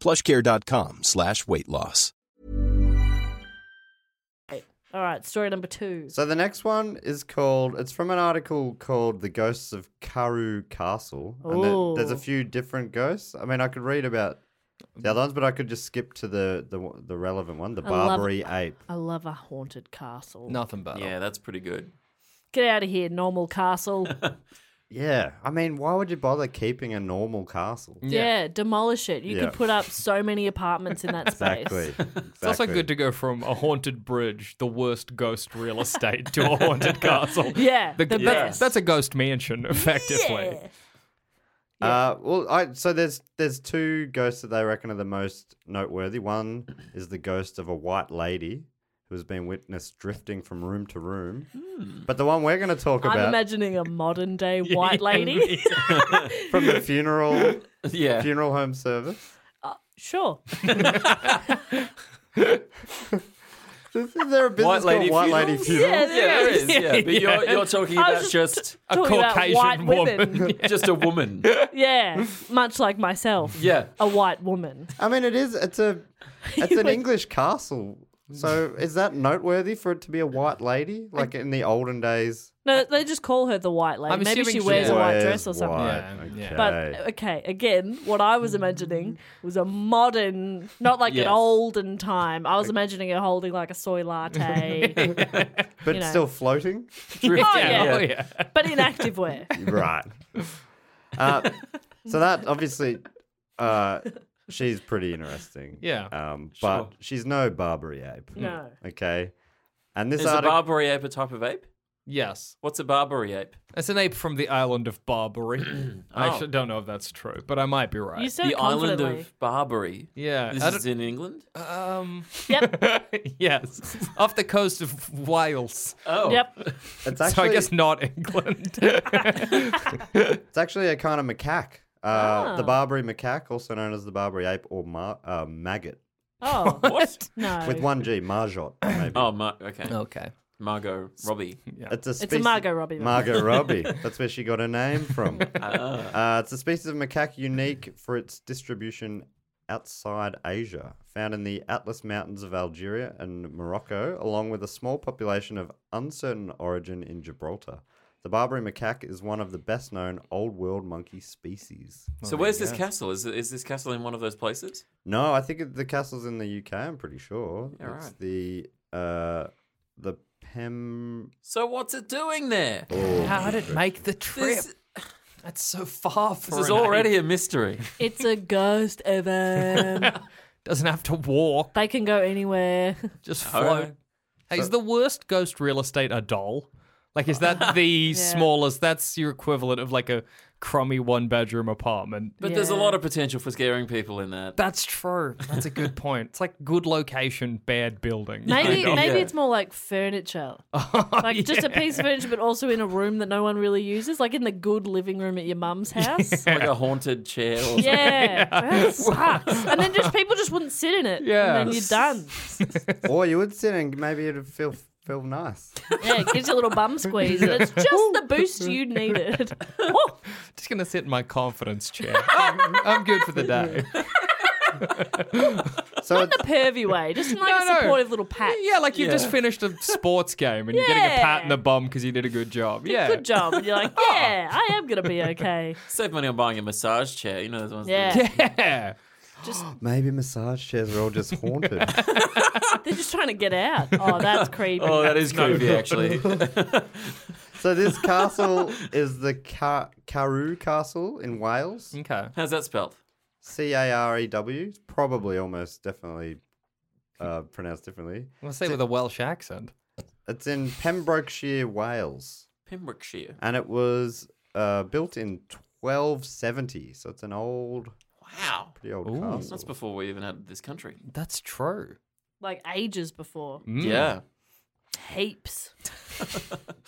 H: plushcare.com slash weight loss.
F: All right, story number two.
D: So the next one is called. It's from an article called "The Ghosts of Karu Castle." And there- there's a
F: Ooh.
D: few different ghosts. I mean, I could read about the other ones, but I could just skip to the the, one- the relevant one, the
F: I love-
D: Barbary ape.
F: I love a haunted castle.
G: Nothing but
E: yeah, that's pretty good.
F: Get out of here, normal castle.
D: Yeah, I mean, why would you bother keeping a normal castle?
F: yeah. demolish it. You
D: Yeah.
F: could put up so many apartments in that space.
D: Exactly. exactly.
G: It's also good to go from a haunted bridge, the worst ghost real estate, to a haunted castle.
F: Yeah,
G: The-
F: the
G: that-
F: best.
G: That's a ghost mansion, effectively.
D: Uh, well, I, so there's there's two ghosts that they reckon are the most noteworthy. One is the ghost of a white lady who has been witnessed drifting from room to room. But the one we're going to talk
F: Hmm. I'm
D: about
F: imagining a modern day white lady.
D: from the funeral
E: Yeah.
D: funeral home service.
F: sure.
D: Is there a business
E: White lady
D: called White Lady
E: funerals?
D: Funeral?
F: Yeah,
E: there is. Yeah, but you're you're talking
F: I
E: about
F: was
E: just
G: A
F: Talking about
G: Caucasian
F: white
G: woman.
F: women.
E: just a woman.
F: yeah, much like myself.
E: Yeah.
F: A white woman.
D: I mean, it is. It's a it's an
F: Like-
D: English castle. So is that noteworthy for it to be a white lady, like in the olden days?
F: No, they just call her the white lady.
G: I'm
F: Maybe
G: assuming
F: she
G: she
F: wears a white
D: Wears
F: dress or something.
D: white,
G: Yeah, yeah.
D: okay.
F: But uh, okay, again, what I was imagining was a modern, not like
E: Yes.
F: an olden time. I was imagining her holding like a soy latte,
D: but
F: you know.
D: still floating.
F: Oh, yeah.
G: Oh, yeah.
F: but in activewear.
D: right. Uh, so that obviously, uh, she's pretty interesting.
G: Yeah,
D: Um, but she's no Barbary ape.
F: No.
D: Okay. And this
E: Is a
D: article.
E: Barbary ape a type of ape?
G: Yes.
E: What's a Barbary ape?
G: It's an ape from the island of Barbary. I
E: Oh.
G: actually don't know if that's true, but I might be right.
F: You said
E: the
F: it confidently.
E: island of Barbary.
G: Yeah,
E: This
G: I
E: is in England.
G: um,
F: Yep,
G: yes, off the coast of Wales.
E: Oh,
F: yep.
D: It's
G: so I
D: actually,
G: guess not England.
D: it's actually a kind of macaque. Uh, The Barbary macaque, also known as the Barbary ape or ma- uh, maggot,
F: Oh,
E: What?
F: no.
D: with one G, Marjot. Maybe.
E: Oh, Mar- okay.
G: okay.
E: Margot Robbie.
D: It's a
F: It's a
D: species-
F: Margot Robbie. movie.
D: Margot Robbie. That's where she got her name from. Uh, it's a species of macaque unique for its distribution outside Asia, found in the Atlas Mountains of Algeria and Morocco, along with a small population of uncertain origin in Gibraltar. The Barbary macaque is one of the best known old world monkey species.
E: So where's this castle? Is is this castle in one of those places?
D: No, I think it- the castle's in the UK, I'm pretty sure.
E: Yeah,
D: it's
E: right.
D: the uh, the Pem
E: So what's it doing there?
G: How did it make the trip?
E: This,
G: That's so far for
E: this is
G: an ape.
E: already a mystery.
F: It's a ghost, Evan.
G: Doesn't have to walk,
F: they can go anywhere.
G: just
E: All
G: float.
E: right.
G: Hey, is the worst ghost real estate a doll? Like, is that the smallest? That's your equivalent of like a crummy one bedroom apartment.
E: But there's a
F: Yeah.
E: lot of potential for scaring people in that.
G: That's true. That's a good point. It's like good location, bad building.
F: Maybe
E: Yeah.
F: maybe
E: Yeah.
F: it's more like furniture,
G: Oh,
F: like just a piece of furniture, but also in a room that no one really uses, like in the good living room at your mum's house.
E: Like a haunted chair. Or something.
F: Yeah, that sucks. And then just people just wouldn't sit in it.
G: Yeah.
F: and then you're done.
D: Or you would sit and maybe it'd feel feel nice.
F: Yeah, it gives you a little bum squeeze, and it's just the boost you needed. Oh,
G: Just gonna sit in my confidence chair. I'm, I'm good for the day.
D: So it's,
F: pervy way, just in like
G: No,
F: a
G: no.
F: supportive little pat.
G: Yeah, like you've just finished a sports game and you're getting a pat in the bum because you did a good job. Yeah, Oh.
F: Good job. And you're like, yeah, I am gonna be okay.
E: Save money on buying a massage chair. You know those ones. that-
F: Yeah.
G: Yeah.
F: Just
D: Maybe massage chairs are all just haunted.
F: they're just trying to get out. Oh, that's creepy.
E: Oh, that is creepy, actually.
D: so this castle is the Car- Carew Castle in Wales.
G: Okay.
E: How's that spelled?
D: C A R E W. It's Probably almost definitely uh, pronounced differently.
G: Let's say with a Welsh accent.
D: It's in Pembrokeshire, Wales,
E: Pembrokeshire.
D: and it was uh, built in 1270. So it's an old,
E: Wow.
D: pretty old
G: Ooh.
D: castle.
E: That's before we even had this country.
G: That's true.
F: Like ages before.
G: Mm.
E: Yeah.
F: Heaps.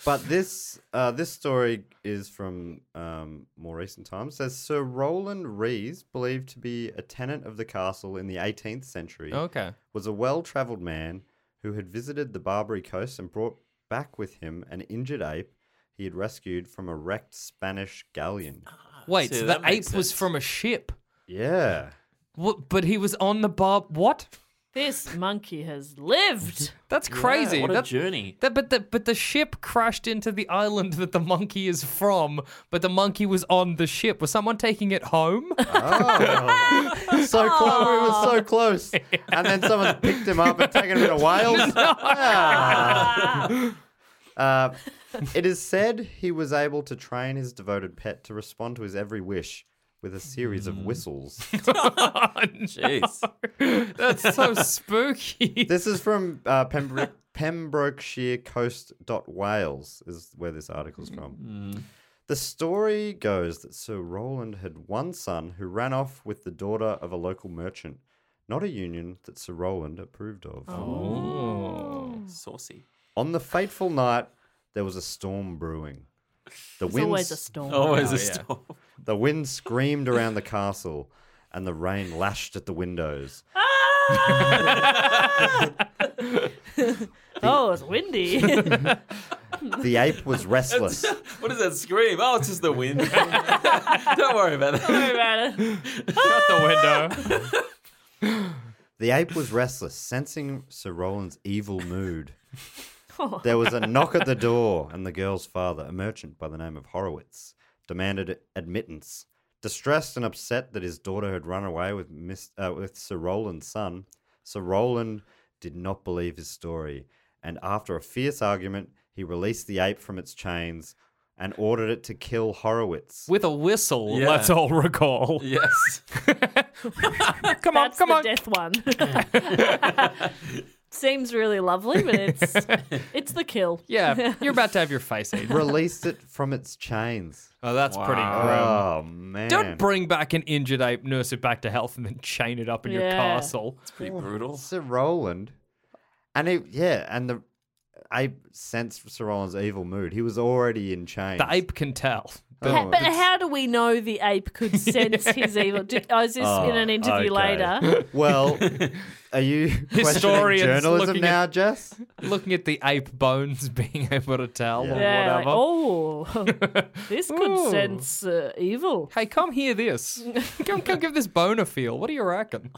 D: But this uh, this story is from um, more recent times. Says Sir Roland Rees, believed to be a tenant of the castle in the 18th century,
G: Okay.
D: was a well-travelled man who had visited the Barbary coast and brought back with him an injured ape he had rescued from a wrecked Spanish galleon.
G: Wait,
E: See,
G: so the
E: that
G: ape
E: makes
G: was
E: sense.
G: from a ship.
D: Yeah,
G: What, but he was on the bar. What?
F: This monkey has lived.
G: That's crazy.
E: Yeah, what a
G: That-
E: journey.
G: that, but the but the ship crashed into the island that the monkey is from. But the monkey was on the ship. Was someone taking it home?
D: oh, so close. We were so close, and then someone picked him up and taken him to Wales. Ah. Uh, it is said he was able to train his devoted pet to respond to his every wish with a series of whistles.
E: Jeez.
G: That's so spooky.
D: this is from uh, Pembroke. Pembrokeshire Coast.Wales is where this article's from. The story goes that Sir Roland had one son who ran off with the daughter of a local merchant, not a union that Sir Roland approved of.
E: Saucy.
D: On the fateful night, there was a storm brewing. The
F: It's always
D: winds,
F: a storm.
G: Oh.
E: Always a storm.
D: the wind screamed around the castle, and the rain lashed at the windows.
F: Oh, it's windy.
D: The ape was restless.
E: What is that scream? Oh, it's just the wind. Don't worry about that.
F: Sorry about it.
G: Shut the window.
D: The ape was restless, sensing Sir Roland's evil mood. There was a knock at the door, and the girl's father, a merchant by the name of Horowitz, demanded admittance. Distressed and upset that his daughter had run away with, Miss, uh, with Sir Roland's son, Sir Roland did not believe his story, and after a fierce argument, he released the ape from its chains and ordered it to kill Horowitz.
G: With a whistle,
E: Yeah.
G: let's all recall.
E: Yes.
G: Come on,
F: That's
G: come
F: the
G: on.
F: death one. Seems really lovely, but it's it's the kill.
G: Yeah, you're about to have your face eaten.
D: released it from its chains.
G: Oh, that's
D: Oh, man.
G: pretty grim. Don't bring back an injured ape, nurse it back to health, and then chain it up in your
F: Yeah.
G: castle.
E: It's pretty brutal.
D: Sir Roland, and it, yeah, and the I sensed Sir Roland's evil mood. He was already in chains.
G: The ape can tell. Oh,
F: Ha- but how do we know the ape could sense his evil? Do, oh, is this in an interview
D: okay.
F: later?
D: Well, are you historian
G: Historians
D: journalism
G: looking
D: now,
G: at-
D: Jess?
G: Looking at the ape bones being able to tell or
F: Yeah, like,
G: whatever.
F: oh, this could
G: Ooh.
F: sense uh, evil.
G: Hey, come hear this. come, come give this bone a feel. What do you reckon?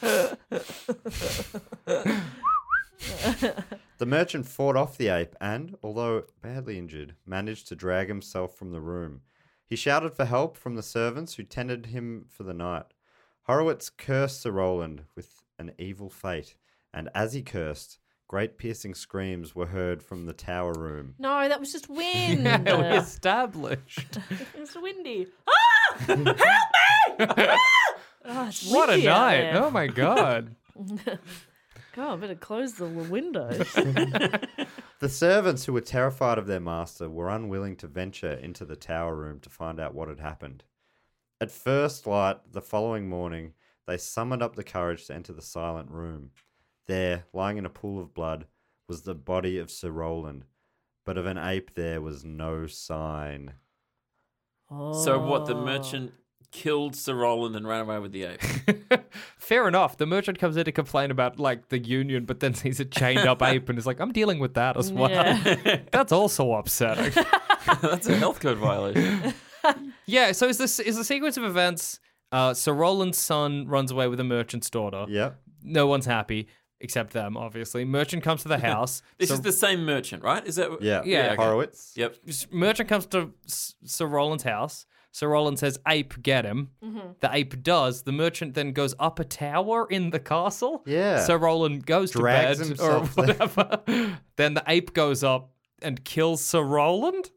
D: The merchant fought off the ape and, although badly injured, managed to drag himself from the room. He shouted for help from the servants who tended him for the night. Horowitz cursed Sir Roland with an evil fate, and as he cursed, great piercing screams were heard from the tower room.
F: No, that was just wind.
G: Now we established.
F: It was windy. Ah! Help me! Ah! Oh, it's
G: what a
F: windy out
G: night.
F: there.
G: Oh my god.
F: God, I better close the l- windows.
D: The servants, who were terrified of their master, were unwilling to venture into the tower room to find out what had happened. At first light, the following morning, they summoned up the courage to enter the silent room. There, lying in a pool of blood, was the body of Sir Roland, but of an ape there was no sign.
E: So what? The merchant killed Sir Roland and ran away with the ape.
G: Fair enough. The merchant comes in to complain about like the union, but then sees a chained up ape and is like, I'm dealing with that as well.
F: Yeah.
G: That's also upsetting.
E: That's a health code violation.
G: yeah, so is this is the sequence of events uh Sir Roland's son runs away with a merchant's daughter.
D: Yep.
G: No one's happy except them, obviously. Merchant comes to the house.
E: This
G: Sir-
E: is the same merchant, right? Is that?
D: Yeah.
G: Yeah, okay.
D: Horowitz.
E: Yep.
G: S- merchant comes to S- Sir Roland's house. So Roland says, "Ape, get him."
F: Mm-hmm.
I: Mhm.
G: The ape does. The merchant then goes up a tower in the castle.
D: Yeah.
G: So Roland goes
D: Drags
G: to bed or
D: himself there.
G: whatever. then the ape goes up and kills Sir Roland.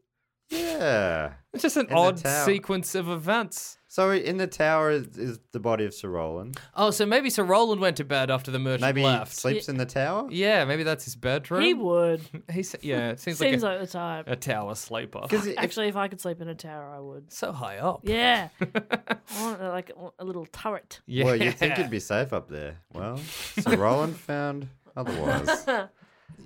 D: Yeah.
G: It's just an
D: In the
G: odd
D: tower.
G: sequence of events.
D: So in the tower is, is the body of Sir Roland.
G: Oh, so maybe Sir Roland went to bed after the merchant
D: Maybe
G: left.
D: he sleeps in the tower.
G: Yeah, maybe that's his bedroom.
F: He would.
G: He sa- yeah, it seems,
F: Seems
G: like, a,
F: like the type.
G: a tower sleeper.
F: Actually, if I could sleep in a tower, I would.
G: So high up.
F: Yeah. I want, uh, like a- a little turret.
D: Well, you'd think it'd be safe up there. Well, Sir Roland found otherwise.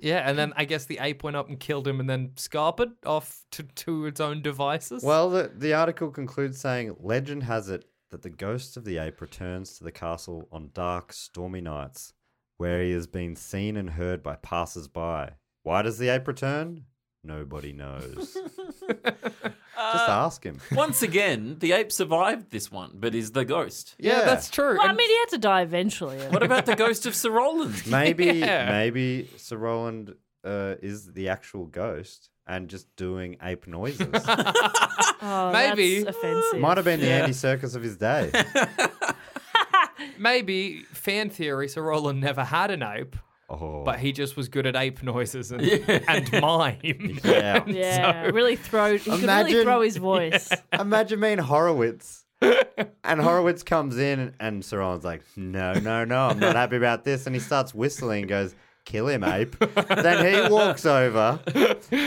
G: yeah, and then
D: Mm.
G: I guess the ape went up and killed him, and then scarpered off to, to its own devices.
D: Well, the, the article concludes saying legend has it that the ghost of the ape returns to the castle on dark, stormy nights, where he has been seen and heard by passers by. Why does the ape return? Nobody knows. Just ask him.
E: Once again, the ape survived this one, but is the ghost.
D: Yeah, Yeah. that's
G: true.
F: Well, I mean, he had to die eventually.
E: What about the ghost of Sir Roland?
D: Maybe,
E: Yeah.
D: maybe Sir Roland uh, is the actual ghost and just doing ape noises.
F: Oh,
G: Maybe.
F: that's offensive.
D: Might have been the
G: Yeah.
D: Andy Circus of his day.
G: Maybe fan theory, Sir Roland never had an ape.
D: Oh.
G: But he just was good at ape noises and, and mime.
D: Yeah.
G: And
F: Yeah,
G: so-
F: really throw. He could really throw his voice.
D: Imagine being Horowitz. And Horowitz comes in and, and Sir Roland's like, no, no, no, I'm not happy about this. And he starts whistling and goes, kill him, ape. then he walks over,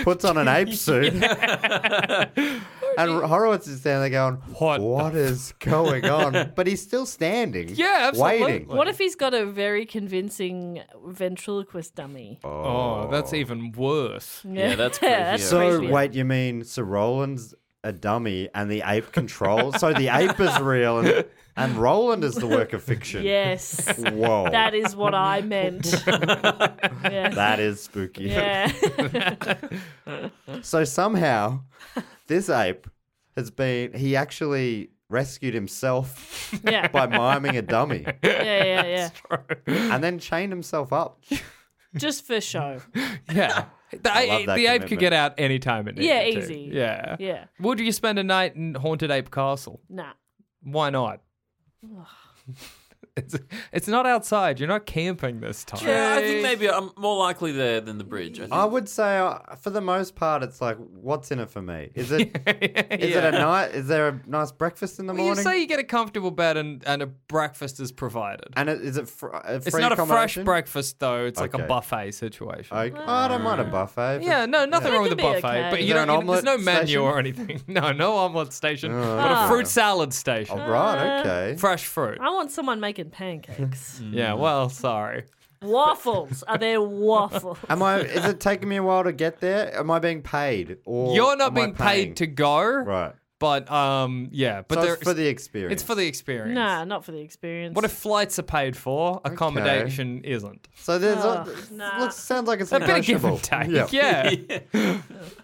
D: puts on an ape suit. And Horowitz is standing there going, what is going on? But he's still standing.
G: Yeah, absolutely.
D: Waiting.
F: What if he's got a very convincing ventriloquist dummy?
G: Oh, that's even worse.
F: Yeah, Yeah, that's creepy. that's
D: so
F: creepy.
D: wait, you mean Sir Roland's a dummy and the ape controls? so the ape is real and, and Roland is the work of fiction.
F: Yes.
D: Whoa.
F: That is what I meant. yes.
D: That is spooky.
F: Yeah.
D: so somehow, this ape has been. He actually rescued himself
F: Yeah.
D: by miming a dummy,
F: yeah, yeah, yeah.
D: and then chained himself up.
F: Just for show.
G: Yeah. The,
D: I love
G: ape-
D: that
G: the ape could
D: commitment.
G: get out any time it needed
F: Yeah,
G: to.
F: easy.
G: Yeah.
F: Yeah.
G: Would you spend a night in Haunted Ape Castle?
F: Nah.
G: Why not? it's, it's not outside. You're not camping this time.
E: Yeah, I think maybe I'm more likely there than the bridge. I think.
D: I would say, uh, for the most part, it's like, what's in it for me? Is it? Is it a
G: Yeah.
D: night? Is there a nice breakfast in the
G: Well, you
D: morning?
G: say you get a comfortable bed and, and a breakfast is provided.
D: and it, is it fr- a
G: It's
D: free
G: not a fresh
D: accommodation?
G: breakfast though. It's like
D: Okay.
G: a buffet situation.
D: Okay. Oh, I don't
G: Mm.
D: mind a buffet. if
G: Yeah,
D: it's-
G: no, nothing wrong with a
F: That could be
G: buffet,
F: okay.
G: but
D: Is
G: you
D: there
G: don't.
D: an
G: You, there's no
D: omelette
G: menu or
D: station? Oh,
G: anything. No, no omelet station, but a
F: okay.
G: fruit salad station.
D: All Oh, right, okay.
G: Fresh fruit.
F: I want someone making pancakes.
G: Yeah.
D: Mm.
G: Well, sorry.
F: waffles. Are there waffles?
D: Am I? Is it taking me a while to get there? Am I being paid? Or
G: You're not
D: am I
G: being paid
D: paying?
G: to go,
D: Right.
G: but um, yeah, but
D: So it's
G: there,
D: for the experience.
G: It's for the experience.
F: Nah, not for the experience.
G: What if flights are paid for? Accommodation isn't.
D: So there's a,
F: Ugh,
D: it
F: nah.
D: looks sounds like it's
G: A bit of give and
D: negotiable.
G: take. Yeah.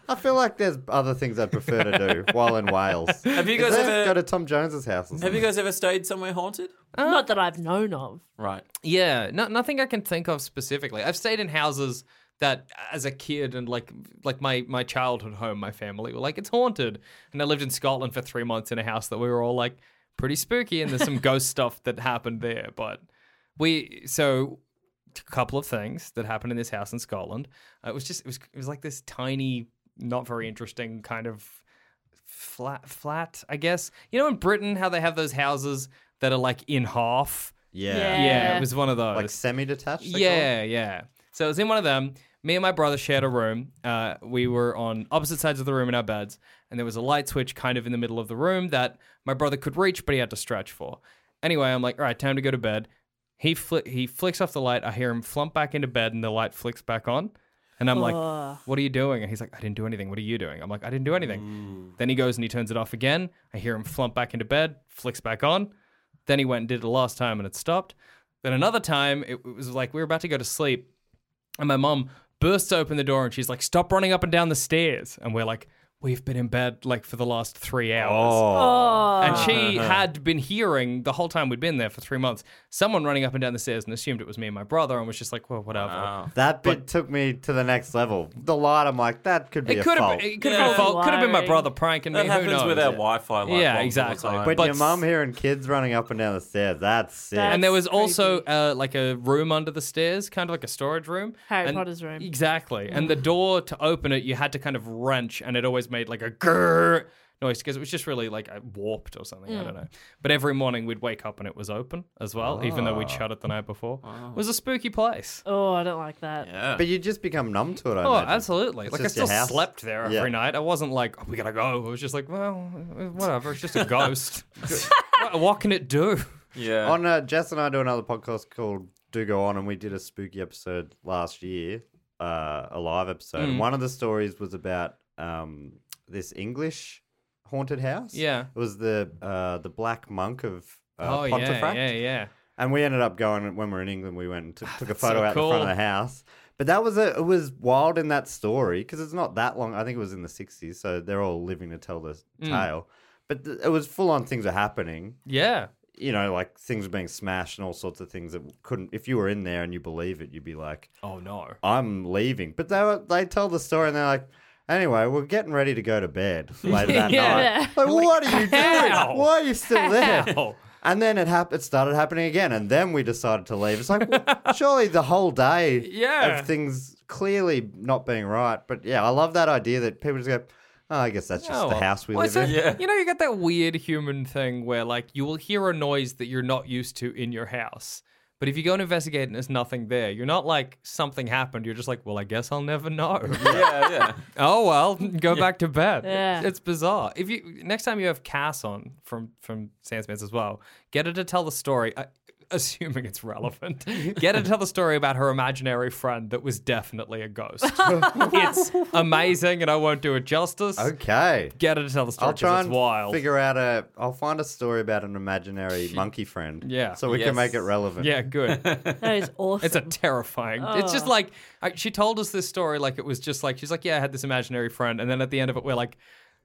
D: I feel like there's other things I'd prefer to do while in Wales. Have
E: you guys ever-
D: go to Tom Jones's house? Or
E: Have
D: something?
E: you guys ever stayed somewhere haunted?
G: uh,
F: not that I've known of.
E: Right.
G: Yeah, no, nothing I can think of specifically. I've stayed in houses that, as a kid, and like like my my childhood home, my family were like it's haunted, and I lived in Scotland for three months in a house that we were all like pretty spooky, and there's some ghost stuff that happened there. But we so a couple of things that happened in this house in Scotland. Uh, it was just it was it was like this tiny, not very interesting kind of flat flat, I guess. You know, in Britain, how they have those houses that are like in half.
D: Yeah.
F: Yeah.
G: Yeah, it was one of those.
D: Like semi-detached. they
G: yeah, yeah. So it was in one of them. Me and my brother shared a room. Uh, we were on opposite sides of the room in our beds, and there was a light switch kind of in the middle of the room that my brother could reach, but he had to stretch for. Anyway, I'm like, all right, time to go to bed. He fli- he flicks off the light. I hear him flump back into bed, and the light flicks back on. And I'm like,
F: Ugh.
G: what are you doing? And he's like, I didn't do anything. What are you doing? I'm like, I didn't do anything. Then he goes and he turns it off again. I hear him flump back into bed, flicks back on. Then he went and did it the last time and it stopped. Then another time, it it was like we were about to go to sleep. And my mum bursts open the door and she's like, Stop running up and down the stairs. And we're like, we've been in bed like for the last three hours.
F: Oh.
G: And she had been hearing the whole time we'd been there for three months, someone running up and down the stairs and assumed it was me and my brother and was just like, well, whatever.
D: That bit took me to the next level. The light, I'm like, that could be
G: It
D: a
G: could have
D: fault.
G: been, it could have been
E: Yeah.
G: fault. Could have been my
F: Wiring.
G: brother pranking
E: That
G: me.
E: happens
G: Who knows?
E: with our Wi-Fi. Like,
G: Yeah,
E: multiple
G: exactly.
E: times.
D: but,
G: but-
D: your mum hearing kids running up and down the stairs, that's sick.
F: That's-
G: and there was
F: creepy.
G: also uh, like a room under the stairs, kind of like a storage room.
F: Harry
G: And-
F: Potter's room.
G: Exactly. And the door to open it, you had to kind of wrench, and it always made like a grrr noise because it was just really like uh, warped or something.
F: Mm.
G: I don't know. But every morning we'd wake up and it was open as well, even though we'd
D: Ah.
G: shut it the night before. It was a spooky place.
F: Oh, I don't like that.
E: yeah.
D: but you just become numb to it, I
G: Oh,
D: imagine.
G: absolutely!
D: It's
G: like I
D: just
G: still
D: your house.
G: slept there every
D: Yeah.
G: night. I wasn't like, oh, we gotta go. I was just like, well, uh, whatever. It's just a ghost. what, what can it do?
E: yeah.
D: On uh, Jess and I do another podcast called Do Go On, and we did a spooky episode last year, uh, a live episode.
G: Mm.
D: One of the stories was about um, this English haunted house.
G: Yeah.
D: it was the uh, the Black Monk of uh,
G: oh yeah,
D: Pontefract.
G: yeah, yeah.
D: And we ended up going when we were in England. We went and took took a photo
G: so
D: out the front
G: cool.
D: of the house. But that was a it was wild in that story because it's not that long. I think it was in the sixties, so they're all living to tell the
G: Mm.
D: tale. But th- it was full on things are happening.
G: Yeah.
D: You know, like things were being smashed and all sorts of things that couldn't. If you were in there and you believe it, you'd be like,
G: Oh no.
D: "I'm leaving." But they were, they tell the story and they're like. Anyway, we're getting ready to go to bed later that
G: Yeah.
D: night. Like, what are you
G: How?
D: doing? Why are you still there?
G: Oh.
D: And then it hap- it started happening again, and then we decided to leave. It's like well, surely the whole day
G: Yeah.
D: of things clearly not being right. But yeah, I love that idea that people just go, "Oh, I guess that's just
G: Oh.
D: the house we
G: Well,
D: live
G: it's
D: in."
G: that- You know, you got that weird human thing where like you will hear a noise that you're not used to in your house. But if you go and investigate and there's nothing there, you're not like something happened. You're just like, well, I guess I'll never know.
E: yeah, yeah.
G: oh well, go back to bed.
F: Yeah.
G: It's bizarre. If you next time you have Cass on from from Sandsmiths as well, get her to tell the story. I, assuming it's relevant, get her to tell the story about her imaginary friend that was definitely a ghost. it's amazing, and I won't do it justice.
D: Okay,
G: Get her to tell the story
D: I'll try
G: because
D: and
G: it's wild.
D: figure out a. I'll find a story about an imaginary monkey friend.
G: Yeah.
D: so we
E: Yes.
D: can make it relevant.
G: yeah, good.
F: That is awesome. Oh.
G: It's a terrifying. It's just like I, she told us this story. Like it was just like she's like, yeah, I had this imaginary friend, and then at the end of it, we're like,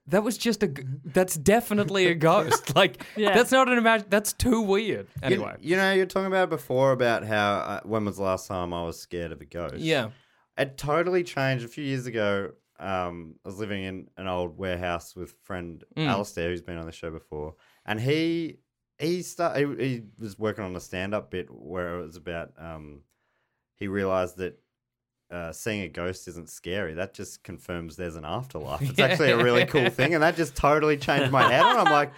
G: that was just a. g- That's definitely a ghost. like
F: Yeah.
G: that's not an imagine. That's too weird.
D: You-
G: Anyway.
D: you, know, you're talking about before about how uh, when was the last time I was scared of a ghost?
G: yeah.
D: It totally changed a few years ago. Um, I was living in an old warehouse with friend Alistair, who's been on the show before, and he he start he, he was working on a stand up bit where it was about um, he realized that uh, seeing a ghost isn't scary. That just confirms there's an afterlife. It's actually a really cool thing, and that just totally changed my head. And I'm like,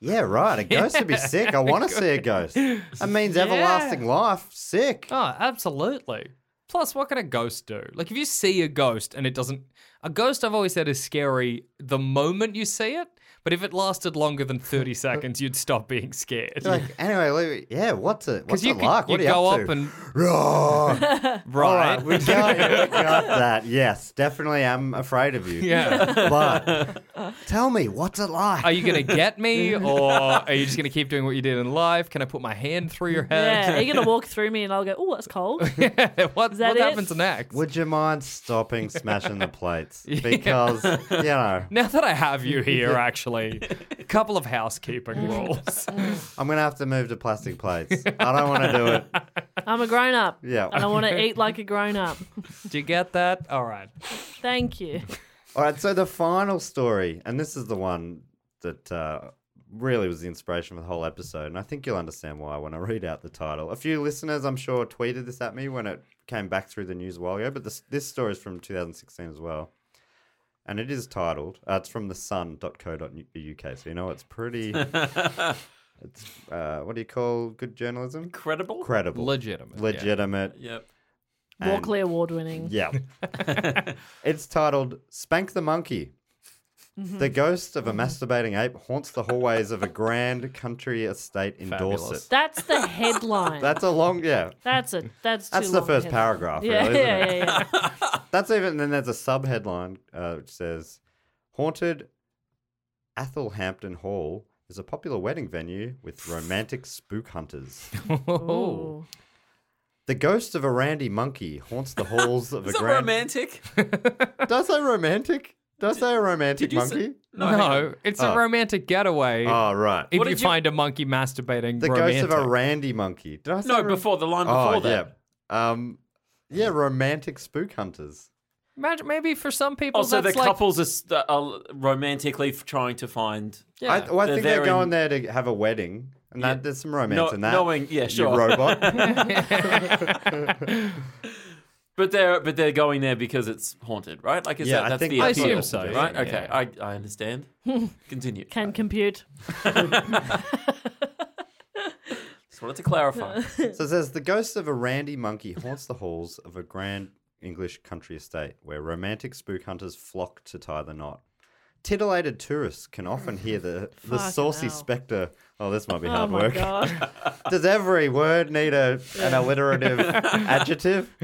D: yeah, right. A ghost would be sick. I want to see a ghost. That means everlasting life. Sick.
G: Oh, absolutely. Plus, what can a ghost do? Like, if you see a ghost and it doesn't, a ghost I've always said is scary the moment you see it. But if it lasted longer than thirty seconds, you'd stop being scared.
D: You're like, anyway, Louis, yeah, what's it? What's
G: Because you
D: it
G: could
D: like?
G: you
D: What
G: go
D: are
G: up
D: you up to?
G: and
D: Roar. All right,
G: right.
D: we got, we got that. Yes, definitely. I'm afraid of you.
G: Yeah.
D: but tell me, what's it like?
G: Are you gonna get me, or are you just gonna keep doing what you did in life? Can I put my hand through your
F: yeah,
G: head?
F: are you gonna walk through me and I'll go, "Oh, that's cold."
G: what
F: that
G: what
F: it?
G: happens next?
D: Would you mind stopping smashing the plates? Because you know,
G: now that I have you here, actually, a couple of housekeeping rules.
D: I'm gonna have to move to plastic plates. I don't want to do it.
F: I'm a grown up.
D: Yeah.
F: And I want to eat like a grown up.
G: Do you get that? All right.
F: Thank you.
D: All right, so the final story, and this is the one that uh, really was the inspiration for the whole episode, and I think you'll understand why when I read out the title. A few listeners, I'm sure, tweeted this at me when it came back through the news a while ago, but this, this story is from 2016 as well. And it is titled, uh, it's from thesun.co.uk, so you know it's pretty, it's, uh, what do you call good journalism?
E: Incredible.
D: Credible.
G: Legitimate. yeah.
D: Legitimate.
E: Yep.
D: And-
F: Walkley award winning.
D: Yeah. it's titled Spank the Monkey.
E: Mm-hmm.
D: The ghost of a masturbating ape haunts the hallways of a grand country estate in
G: Fabulous.
D: Dorset.
F: That's the headline.
D: That's a long, yeah.
F: that's a that's
D: That's
F: too
D: the
F: long
D: first
F: a headline.
D: paragraph,
F: Yeah,
D: really, isn't
F: yeah,
D: it?
F: yeah, yeah.
D: That's even, then there's a sub headline uh, which says Haunted Athelhampton Hall is a popular wedding venue with romantic spook hunters.
F: Ooh.
D: The ghost of a randy monkey haunts the halls of a
E: Is that
D: grand.
E: romantic?
D: Does that romantic? Did I say a romantic
G: did you say-
D: monkey?
G: No, it's a
D: Oh.
G: romantic getaway.
D: Oh, right.
G: If
D: What
G: you
D: did you-
G: find a monkey masturbating,
D: The
G: romantic.
D: ghost of a randy monkey. Did I say
E: No,
D: ro-
E: before the line
D: Oh,
E: before that.
D: Yeah. Um, yeah, romantic spook hunters.
G: Imagine, maybe for some people,
E: Also, the
G: that's like
E: couples are, st- are romantically f- trying to find.
G: Yeah.
D: I, well, I
E: They're
D: think they're
E: there
D: going
E: in-
D: there to have a wedding, and that there's some romance
E: No-
D: in that.
E: knowing- yeah, sure.
D: You robot.
E: But they're but they're going there because it's haunted, right? Like, is
D: Yeah,
E: that,
D: I
E: that's
D: think
E: the
D: that's
E: appeal,
G: what it's haunted,
E: right?
G: yeah.
E: Okay, I, I understand. Continue.
F: Can compute.
E: Just wanted to clarify.
D: so it says the ghost of a randy monkey haunts the halls of a grand English country estate where romantic spook hunters flock to tie the knot. Titillated tourists can often hear the, the
F: Fucking
D: saucy
F: hell.
D: spectre. Oh, this might be
F: Oh
D: hard
F: my
D: work.
F: god.
D: Does every word need a, an alliterative adjective?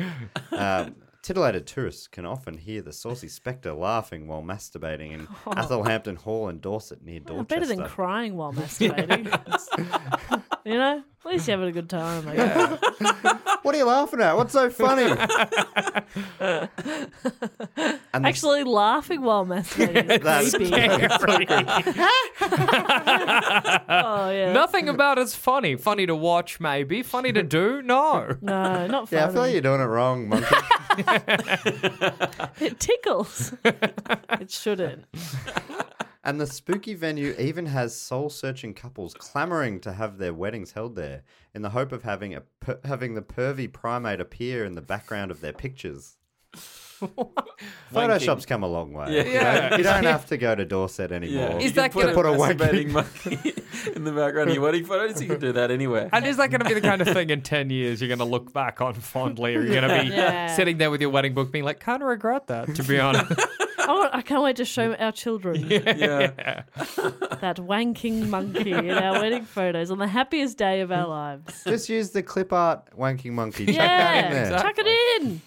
D: Um, titillated tourists can often hear the saucy spectre laughing while masturbating in Athelhampton Hall in Dorset near
F: Oh,
D: Dorchester.
F: better than crying while masturbating. you know, at least you're having a good time. I guess.
D: What are you laughing at? What's so funny? and the-
F: Actually, laughing while masturbating is
D: That's
F: creepy. oh yeah.
G: nothing about it's funny. Funny to watch, maybe. Funny to do, no.
F: No, not funny.
D: yeah, I feel like you're doing it wrong, monkey.
F: It tickles. it shouldn't.
D: and the spooky venue even has soul-searching couples clamoring to have their weddings held there in the hope of having a per- having the pervy primate appear in the background of their pictures. Photoshop's come a long way. You,
G: Yeah.
D: don't, you don't have to go to Dorset
E: Yeah.
D: anymore.
G: Is
E: You
G: that
E: can put,
G: gonna-
E: a
D: Put a
E: masturbating monkey in the background of your wedding photos? You can do that anywhere.
G: And is that going to be the kind of thing in 10 years you're going to look back on fondly? Or you're going to be
F: Yeah.
G: sitting there with your wedding book being like, kind of regret that, to be honest.
F: I, want, I can't wait to show our children
E: Yeah.
F: that wanking monkey in our wedding photos on the happiest day of our lives.
D: Just use the clip art wanking monkey. Chuck that in there.
F: Yeah, chuck it in.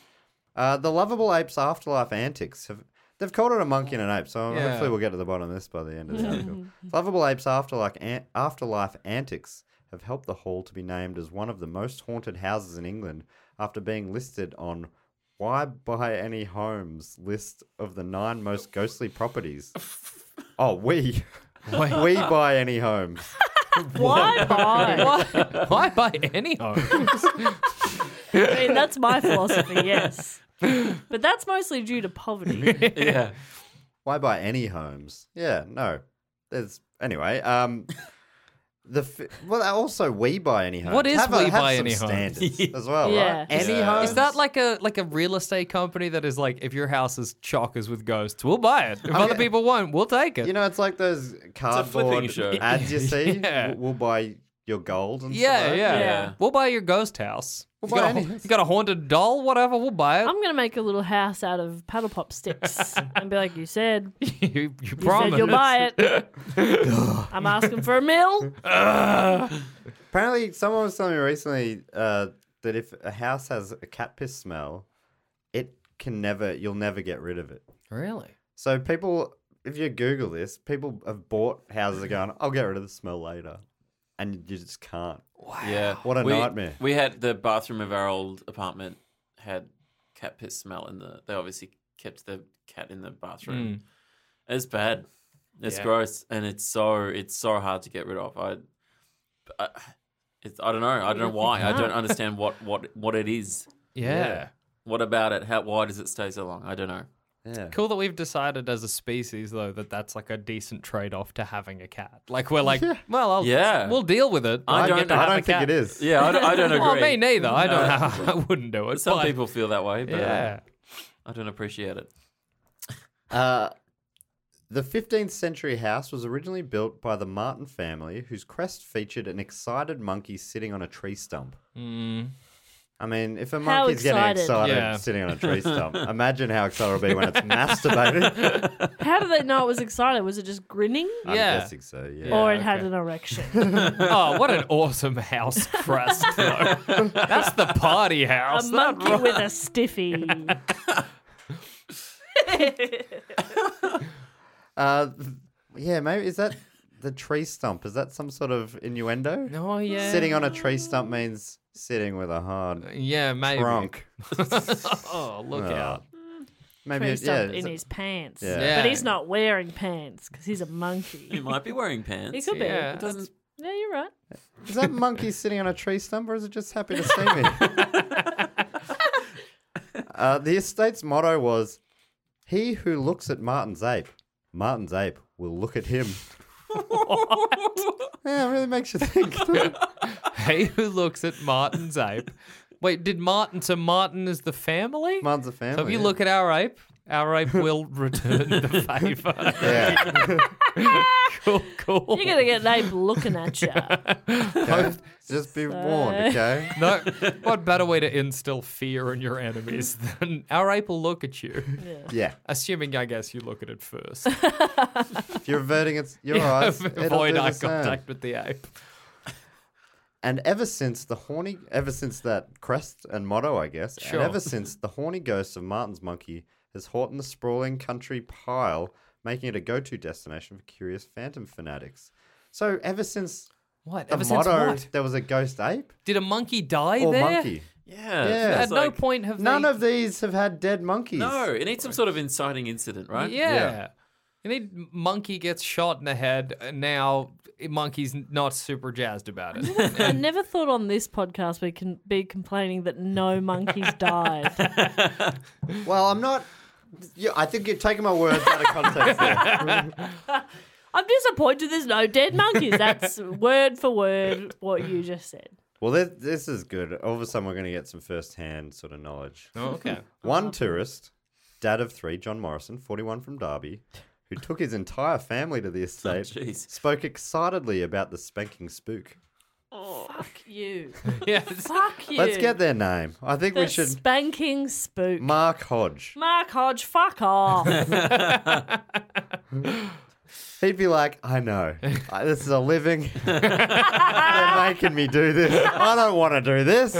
D: Uh, the lovable apes afterlife antics have they've called it a monkey and an ape, so
G: Yeah.
D: hopefully we'll get to the bottom of this by the end of the article. lovable apes afterlife an- afterlife antics have helped the hall to be named as one of the most haunted houses in England after being listed on Why Buy Any Homes list of the nine most ghostly properties. Oh, we. we buy any homes.
F: Why buy?
G: Why, why buy any home?
F: I mean, that's my philosophy. Yes, but that's mostly due to poverty.
E: yeah.
D: Why buy any homes? Yeah, no. There's anyway. Um, the f- well, also we buy any homes.
G: What is
D: Have a-
G: We
D: have
G: Buy
D: some
G: Any Homes?
D: standards as well?
F: Yeah.
D: right? any
E: Yeah.
D: homes.
G: Is that like a like a real estate company that is like, if your house is chockers with ghosts, we'll buy it. If other
D: Okay.
G: people won't, we'll take it.
D: you know? It's like those
E: flipping
D: cardboard
E: show.
D: ads you see.
G: Yeah.
D: W- We'll buy your gold and
G: yeah,
D: stuff. like that.
G: yeah,
E: Yeah.
G: We'll buy your ghost house.
D: We'll
G: you,
D: buy
G: got a,
D: any-
G: you got a haunted doll, whatever, we'll buy it.
F: I'm gonna make a little house out of paddle pop sticks and be like, "You said, you
G: you you
F: said
G: promise.
F: you'll buy it. I'm asking for a mill.
D: Apparently, someone was telling me recently uh, that if a house has a cat piss smell, it can never. You'll never get rid of it.
G: Really?
D: So people, if you Google this, people have bought houses are going, I'll get rid of the smell later. And you just can't.
E: Yeah.
D: What a
E: we,
D: nightmare.
E: We had the bathroom of our old apartment had cat piss smell in the they obviously kept the cat in the bathroom.
G: Hmm.
E: It's bad. It's gross and it's so it's so hard to get rid of. I I, it's, I don't know. I don't know why. I don't understand what what what it is.
G: yeah.
E: What about it? How why does it stay so long? I don't know.
D: Yeah.
G: Cool that we've decided as a species though that that's like a decent trade off to having a cat. Like we're like, well, I'll,
E: Yeah.
G: we'll deal with it.
E: I
G: I'll
E: don't-
G: get to
D: I
G: have
D: don't
G: a
D: think
G: cat.
D: it is.
E: Yeah, I don't, I don't agree.
G: Well, me neither. I don't. know. I wouldn't do it.
E: Some
G: but-
E: people feel that way, but
G: yeah.
E: I don't appreciate it.
D: Uh, the 15th century house was originally built by the Martin family, whose crest featured an excited monkey sitting on a tree stump. I mean, if a
F: How
D: monkey's getting
F: excited.
D: excited
G: Mm. Yeah.
D: sitting on a tree stump, imagine how excited it'll be when it's masturbating.
F: How did they know it was excited? Was it just grinning,
D: I'm
G: Yeah.
D: guessing so, yeah.
F: or it had an erection?
G: oh, what an awesome house crest, though. That's the party
F: a
G: house. That-
F: monkey with a stiffy.
D: Uh, yeah, maybe is that the tree stump? Is that some sort of innuendo?
G: oh yeah.
D: Sitting on a tree stump means sitting with a hard
G: Yeah, Uh, maybe.
D: trunk.
G: Oh, look out.
D: Maybe
F: tree
D: it-
F: stump
D: yeah,
F: in
D: so-
F: his pants.
D: Yeah.
F: But
G: Yeah.
F: he's not wearing pants because he's a monkey.
E: He might be wearing pants.
F: He could be.
G: Yeah.
F: That's- yeah, you're right.
D: Is that monkey sitting on a tree stump, or is it just happy to see me? uh, the estate's motto was, "He who looks at Martin's ape, Martin's ape will look at him." yeah, it really makes you think. doesn't it?
G: Hey, who looks at Martin's ape? Wait, did Martin? So Martin is the family.
D: Martin's a family.
G: so if you
D: Oh, yeah.
G: look at our ape, our ape will return the favor.
D: yeah,
G: cool, cool.
F: You're gonna get an ape looking at you.
D: okay. just be warned, okay?
G: No, what better way to instill fear in your enemies than our ape will look at you?
D: Yeah,
G: Assuming, I guess, you look at it first.
D: if you're averting its your eyes, it'll
G: Avoid
D: do the
G: eye
D: same.
G: contact with the ape.
D: And ever since the horny, ever since that crest and motto, I guess,
G: Sure.
D: and ever since the horny ghost of Martin's monkey has haunted the sprawling country pile, making it a go-to destination for curious phantom fanatics. So ever since
G: What?
D: the
G: Ever since
D: motto,
G: what?
D: there was a ghost ape
G: Did a monkey die
D: or
G: there?
D: monkey.
E: Yeah.
D: Yeah.
G: At
E: it's
G: no
E: like-
G: point have
D: None
G: they...
D: of these have had dead monkeys.
E: No, it needs some sort of inciting incident, right?
G: Yeah.
D: Yeah.
G: You need monkey gets shot in the head. And now eh, monkey's not super jazzed about it.
F: I never thought on this podcast we can be complaining that no monkeys died.
D: Well, I'm not. Yeah, I think you're taking my words out of context. there.
F: I'm disappointed there's no dead monkeys. That's word for word what you just said.
D: Well, this, this is good. All of a sudden, we're going to get some first-hand sort of knowledge.
G: okay.
D: One tourist, dad of three, John Morrison, 41 from Derby, who took his entire family to the estate,
E: jeez.
D: spoke excitedly about the spanking spook.
F: Fuck you.
G: Yes.
F: Fuck you.
D: Let's get their name. I think
F: The
D: we should.
F: spanking spook.
D: Mark Hodge.
F: Mark Hodge, fuck off.
D: He'd be like, I know. I- This is a living. They're making me do this. I don't want to do this.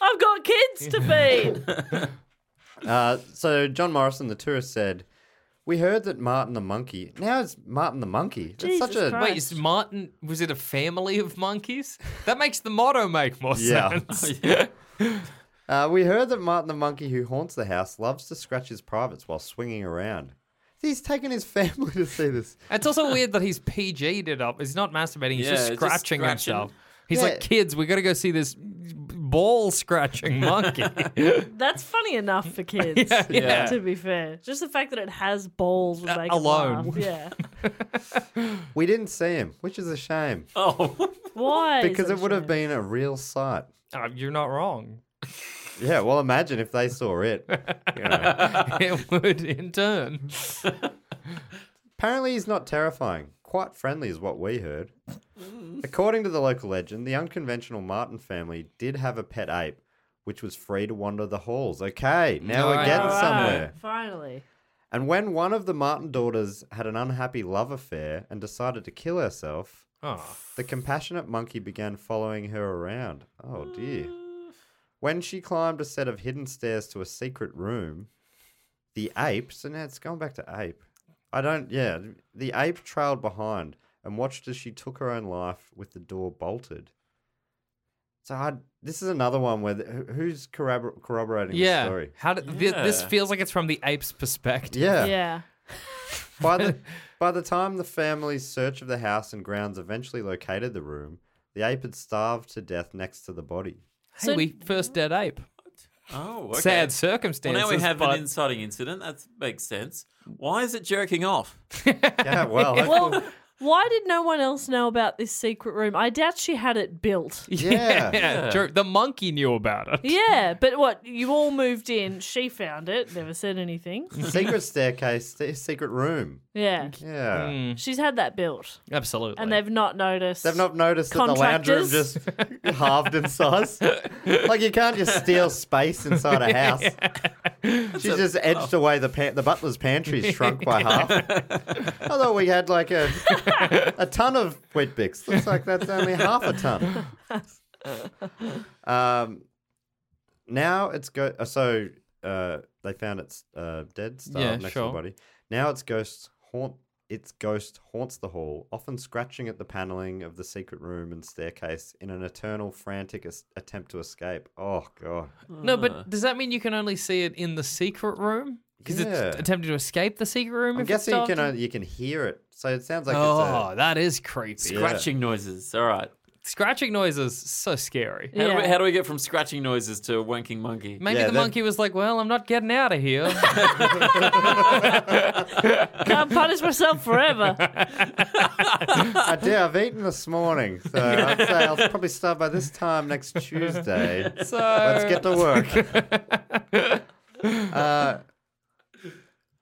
F: I've got kids to feed.
D: Uh, so, John Morrison, the tourist, said, We heard that Martin the monkey. Now it's Martin the monkey. That's
F: Jesus
D: such a.
F: Christ.
G: Wait, is Martin? Was it a family of monkeys? That makes the motto make more
D: Yeah.
G: sense.
D: Uh, we heard that Martin the monkey who haunts the house loves to scratch his privates while swinging around. He's taken his family to see this.
G: It's also weird that he's PG'd it up. He's not masturbating. He's
E: Yeah,
G: just
E: it's just
G: scratching
E: scratching.
G: himself. He's
D: Yeah.
G: like, kids, we gotta go see this ball scratching monkey. Uh,
F: That's funny enough for kids.
G: yeah.
F: To be fair, just the fact that it has balls would
G: Uh,
F: make
G: alone.
F: It laugh. Yeah.
D: We didn't see him, which is a shame
E: Oh,
F: Why? is
D: because
F: that
D: it would
F: shit?
D: have been a real sight.
G: Uh, you're not wrong.
D: Yeah, well, imagine if they saw it. You know.
G: it would, in turn.
D: Apparently, he's not terrifying. Quite friendly is what we heard. According to the local legend, the unconventional Martin family did have a pet ape, which was free to wander the halls. Okay, now we're
G: Alright.
D: getting
F: Alright,
D: somewhere.
F: Finally.
D: And when one of the Martin daughters had an unhappy love affair and decided to kill herself,
G: Oh.
D: the compassionate monkey began following her around. Oh dear. When she climbed a set of hidden stairs to a secret room, the ape, so now it's going back to ape. I don't, yeah, the ape trailed behind and watched as she took her own life with the door bolted. So I, this is another one where the, who- who's corrobor- corroborating the
G: Yeah.
D: story?
G: How did, thi- this
E: Yeah.
G: feels like it's from the ape's perspective.
D: Yeah.
F: Yeah.
D: By the by the time the family's search of the house and grounds eventually located the room, the ape had starved to death next to the body.
G: Hey,
F: So-
G: we first dead ape.
E: oh, okay.
G: Sad
E: Well,
G: circumstances.
E: now we have
G: but
E: an inciting incident. That makes sense. Why is it jerking off?
D: Yeah, well, that's-
F: Well, why did no one else know about this secret room? I doubt she had it built.
D: yeah.
G: yeah, true. The monkey knew about it.
F: Yeah, but what? You all moved in. She found it. Never said anything.
D: secret staircase, se- secret room.
F: Yeah.
D: Yeah.
F: She's had that built,
G: Absolutely.
F: and they've not noticed.
D: Mm-hmm. They've not noticed that the lounge room just
F: Contractors.
D: halved in size. like you can't just steal space inside a house. She just edged away the pa- the butler's pantry is shrunk by half. I thought we had like a a ton of Weet-Bix. Looks like that's only half a ton. Um, now it's go. uh, So uh, they found it's uh, dead, starved
G: Yeah,
D: next to
G: sure.
D: the body. Now its ghosts haunt its ghost haunts the hall, often scratching at the paneling of the secret room and staircase in an eternal frantic es- attempt to escape. Oh, God.
G: No,
D: Uh.
G: but does that mean you can only see it in the secret room? Because
D: Yeah.
G: it's attempting to escape the secret room.
D: I'm
G: if
D: guessing you
G: it's
D: can,
G: dark?
D: only, you can hear it. So it sounds like
G: oh,
D: it's a.
G: that is creepy.
E: Scratching noises. All right.
G: Scratching noises, so scary.
E: How, do we,
F: Yeah.
E: how do we get from scratching noises to wanking monkey?
G: Maybe
D: Yeah,
G: the
D: that-
G: monkey was like, "Well, I'm not getting out of here."
F: Can't punish myself forever.
D: I did. I've eaten this morning. So I'd say I'll probably start by this time next Tuesday.
G: so
D: Let's get to work. uh,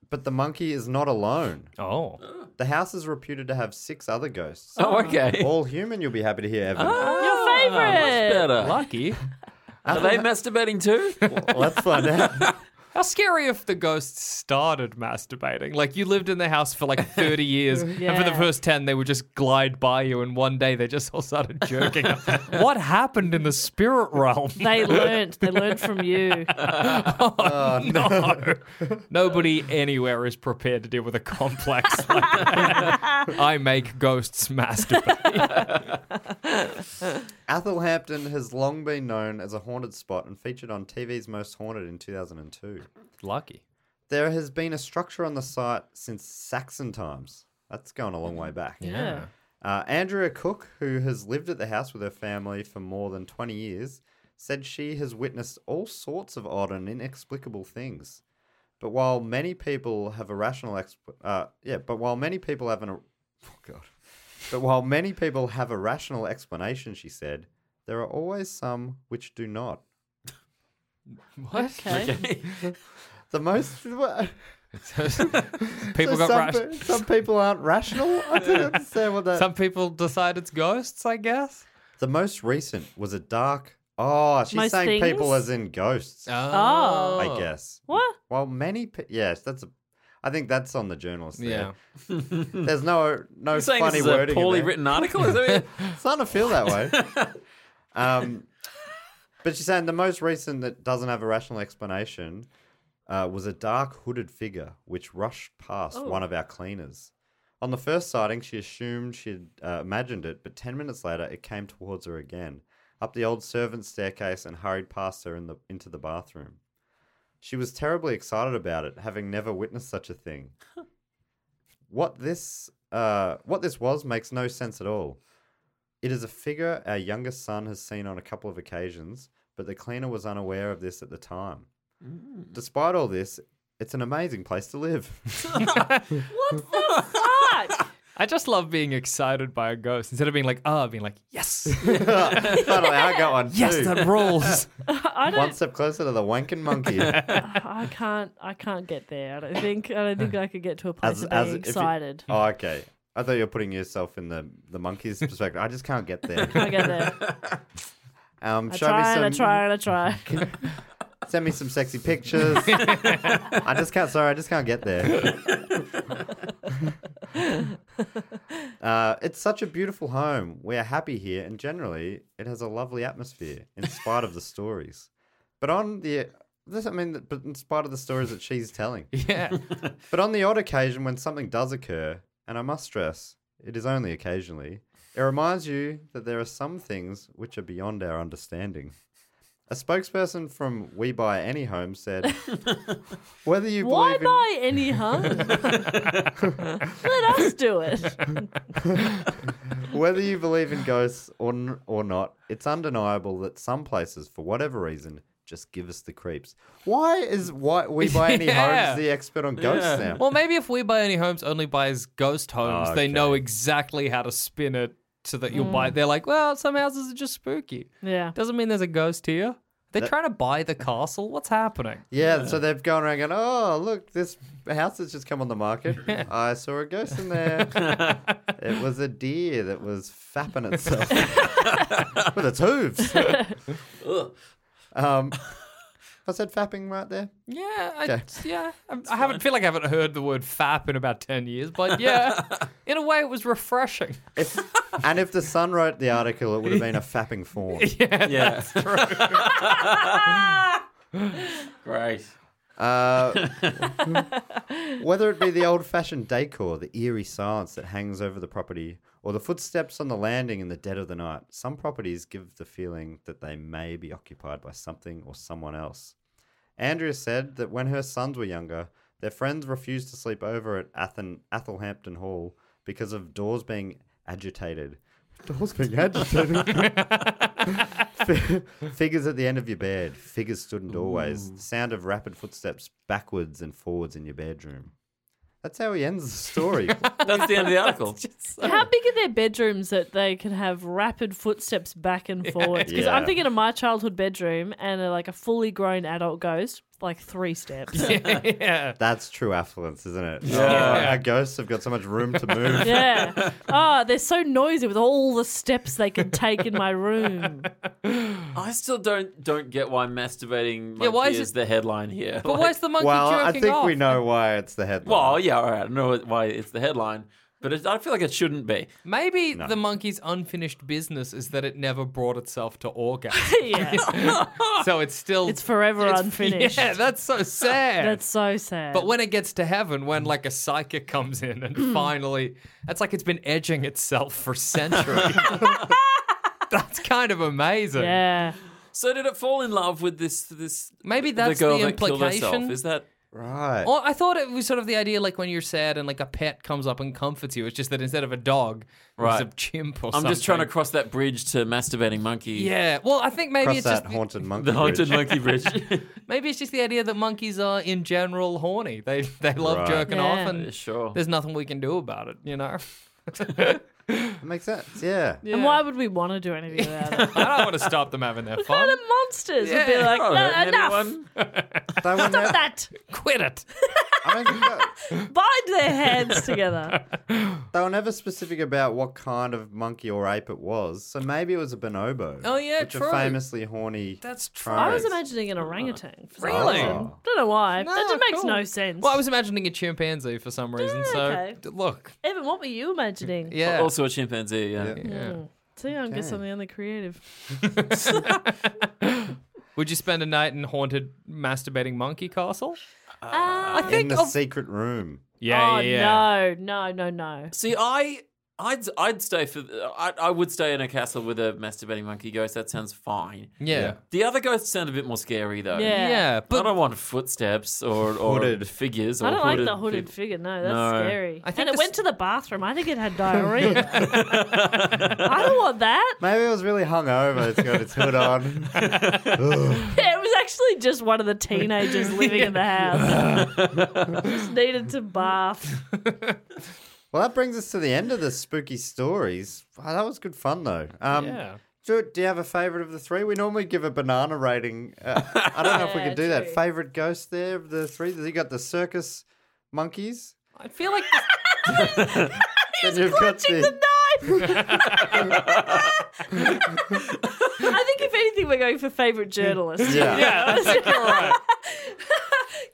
D: but the monkey is not alone.
G: oh,
D: The house is reputed to have six other ghosts.
E: Oh, okay.
D: All human, you'll be happy to hear, Evan.
F: Your
E: Much
F: favorite.
E: better.
G: lucky.
E: Are they masturbating too?
D: Let's find out.
G: How scary if the ghost started masturbating? Like you lived in the house for like 30 years, and for the
F: Yeah.
G: first 10, they would just glide by you, and one day they just all started jerking. up. what happened in the spirit realm?
F: They learnt. They learnt from you.
G: no. Nobody anywhere is prepared to deal with a complex like that. I make ghosts masturbate.
D: Athelhampton has long been known as a haunted spot and featured on TV's Most Haunted in 2002.
G: Lucky.
D: There has been a structure on the site since Saxon times. That's gone a long way back.
F: Yeah.
D: Uh, Andrea Cook, who has lived at the house with her family for more than 20 years, said she has witnessed all sorts of odd and inexplicable things. But while many people have a rational exp- uh, yeah, but while many people have an oh god. But while many people have a rational explanation, she said, there are always some which do not.
G: What?
F: Okay.
D: The most
G: People
D: so
G: got
D: some,
G: rash.
D: pe- some people aren't rational. I don't understand what that
G: Some people decide it's ghosts, I guess.
D: The most recent was a dark. Oh, she's
F: Most
D: saying people
F: things?
D: as in ghosts.
F: Oh.
D: I guess.
F: What?
D: Well, many. Pe- yes, that's a. I think that's on the journalist.
G: Yeah.
D: There. There's no no
E: You're saying
D: funny
E: this is a
D: wording. in
E: poorly
D: there.
E: written article? Is that
D: It's starting to feel that way. um, but she's saying the most recent that doesn't have a rational explanation uh, was a dark hooded figure which rushed past one of our cleaners. On the first sighting, she assumed she had uh, imagined it, but 10 minutes later, it came towards her again, up the old servant's staircase and hurried past her in the, into the bathroom. She was terribly excited about it, having never witnessed such a thing. what this uh, what this was makes no sense at all. It is a figure our youngest son has seen on a couple of occasions, but the cleaner was unaware of this at the time.
F: Mm.
D: Despite all this, it's an amazing place to live.
F: Fuck.
G: I just love being excited by a ghost instead of being like, oh, being like, yes,
D: Finally, I got one
G: yes,
D: too.
G: that rules.
F: I don't.
D: One step closer to the wanking monkey.
F: I can't. I can't get there. I don't think. I don't think I could get to a place
D: As-
F: of
D: as
F: being
D: if you-
F: excited.
D: oh, okay. I thought you were putting yourself in the, the monkey's perspective. I just can't get there.
F: I get there.
D: Um,
F: I
D: show
F: try and I
D: me some,
F: try and I try.
D: send me some sexy pictures. I just can't. Sorry, I just can't get there. uh, it's such a beautiful home. We are happy here, and generally, it has a lovely atmosphere, in spite of the stories. But on the this, I mean, but in spite of the stories that she's telling.
G: yeah.
D: But on the odd occasion when something does occur, and I must stress, it is only occasionally, it reminds you that there are some things which are beyond our understanding. A spokesperson from We Buy Any Home said, "Whether you
F: Why
D: believe in
F: buy any home? Let us do it.
D: Whether you believe in ghosts or n- or not, it's undeniable that some places, for whatever reason, just give us the creeps. Why is why we buy any
G: Yeah.
D: homes the expert on ghosts now?
G: Well, maybe if we buy any homes, only buys ghost homes. They know
D: Okay.
G: exactly how to spin it so that you'll buy. They're like, well, some houses are just spooky.
F: Yeah.
G: Doesn't mean there's a ghost here. They're trying to buy the castle. What's happening?
D: yeah, so they've gone around going, "Oh, look, this house that's just come on the market. I saw a ghost in there. it was a deer that was fapping itself with its hooves." um, I said fapping right there.
G: Yeah, I,
D: Okay.
G: yeah. I, I haven't feel like I haven't heard the word fap in about ten years, but yeah, in a way, it was refreshing.
D: If, and if the Sun wrote the article, it would have been a fapping form.
E: yeah. Great.
D: Uh, whether it be the old fashioned decor, the eerie silence that hangs over the property, or the footsteps on the landing in the dead of the night, some properties give the feeling that they may be occupied by something or someone else. Andrea said that when her sons were younger, their friends refused to sleep over at Athen, Athelhampton Hall because of doors being agitated. Doors being agitated? Fi- figures at the end of your bed. Figures stood in doorways. The sound of rapid footsteps backwards and forwards in your bedroom. That's how he ends the story.
E: That's the end of the article.
F: How big are their bedrooms that they can have rapid footsteps back and forwards? Because I'm
D: Yeah.
F: thinking of my childhood bedroom and uh like a fully grown adult ghost, like three steps.
G: yeah.
D: That's true affluence, isn't it?
G: Yeah.
D: Oh, our ghosts have got so much room to move.
F: yeah. Oh, they're so noisy with all the steps they can take in my room.
E: I still don't don't get why masturbating monkey
G: Yeah, why is
E: is,
G: it-
E: the headline here.
G: But why is the monkey
D: well, I
G: jerking
D: think
G: off?
D: we know why it's the headline.
E: Well, yeah, all right. I don't know why it's the headline, but it, I feel like it shouldn't be.
G: Maybe the monkey's unfinished business is that it never brought itself to orgasm.
F: yeah.
G: so it's still
F: It's forever unfinished.
G: Yeah, that's so sad.
F: That's so sad.
G: but when it gets to heaven, when like a psychic comes in
F: Mm.
G: and finally, that's like it's been edging itself for centuries. that's kind of amazing.
F: yeah.
E: So did it fall in love with this this
G: Maybe that's
E: the girl
G: the
E: that killed herself?
G: implication.
E: Is that
D: right.
G: Or I thought it was sort of the idea like when you're sad and like a pet comes up and comforts you. It's just that instead of a dog, it's a
E: Right.
G: chimp or
E: I'm
G: something.
E: just trying to cross that bridge to masturbating monkey.
G: Yeah. Well, I think maybe
D: Cross
G: it's
D: that
G: just
D: haunted monkey.
E: The haunted
D: bridge.
E: monkey bridge.
G: Maybe it's just the idea that monkeys are in general horny. They they love
D: Right.
G: jerking off,
F: Yeah.
G: and
E: Yeah, sure.
G: there's nothing we can do about it. You know,
D: That makes sense. Yeah.
F: And why would we want to do anything about it?
G: I don't want to stop them having their
F: Kind
G: fun.
F: of monsters would be
G: Yeah.
F: like,
E: All
F: no,
E: right,
F: enough.
E: anyone?
D: Don't we know-
F: That
G: Quit it.
D: I don't think that-
F: bind their hands together.
D: They were never specific about what kind of monkey or ape it was, so maybe it was a bonobo.
G: Oh, yeah,
D: which
G: true.
D: are famously horny. Oh.
G: That's true.
F: I was
D: primates.
F: imagining an orangutan. For some
G: Really?
F: reason. Don't know why.
G: No,
F: that just makes
G: cool.
F: no sense.
G: Well, I was imagining a chimpanzee for some reason.
F: Yeah,
G: so
F: okay.
G: d- look,
F: Evan, what were you imagining?
G: yeah.
E: Also a chimpanzee. Yeah.
F: Hmm. See, I guess I'm the only creative.
G: Would you spend a night in haunted masturbating monkey castle?
F: Ah,
G: I
D: in
G: think.
D: the
G: Of,
D: secret room.
G: yeah,
F: oh,
G: yeah, yeah.
F: no, no, no, no.
E: See, I. I'd, I'd stay for I, I would stay in a castle with a masturbating monkey ghost. That sounds fine.
G: yeah.
E: The other ghosts sound a bit more scary though.
F: Yeah.
G: Yeah,
E: I
G: but
E: don't want footsteps or, or
D: Hooded.
E: figures. Or
F: I don't like
E: hooded
F: the hooded
E: fig-
F: figure. No, that's
E: No.
F: scary.
G: I think
F: and it
G: this-
F: went to the bathroom. I think it had diarrhea. I don't want that.
D: Maybe it was really hungover. It's got its hood on.
F: It was actually just one of the teenagers living in the house. just needed to bath.
D: Well, that brings us to the end of the spooky stories. Wow, that was good fun, though. Um,
G: Yeah.
D: Do, do you have a favorite of the three? We normally give a banana rating. Uh, I don't know if we
F: Yeah,
D: could do that.
F: true.
D: Favorite ghost there of the three? You got the circus monkeys.
G: I feel like
D: then you've got the,
F: I think if anything, we're going for favourite journalist.
D: yeah.
G: yeah, that's like, all right.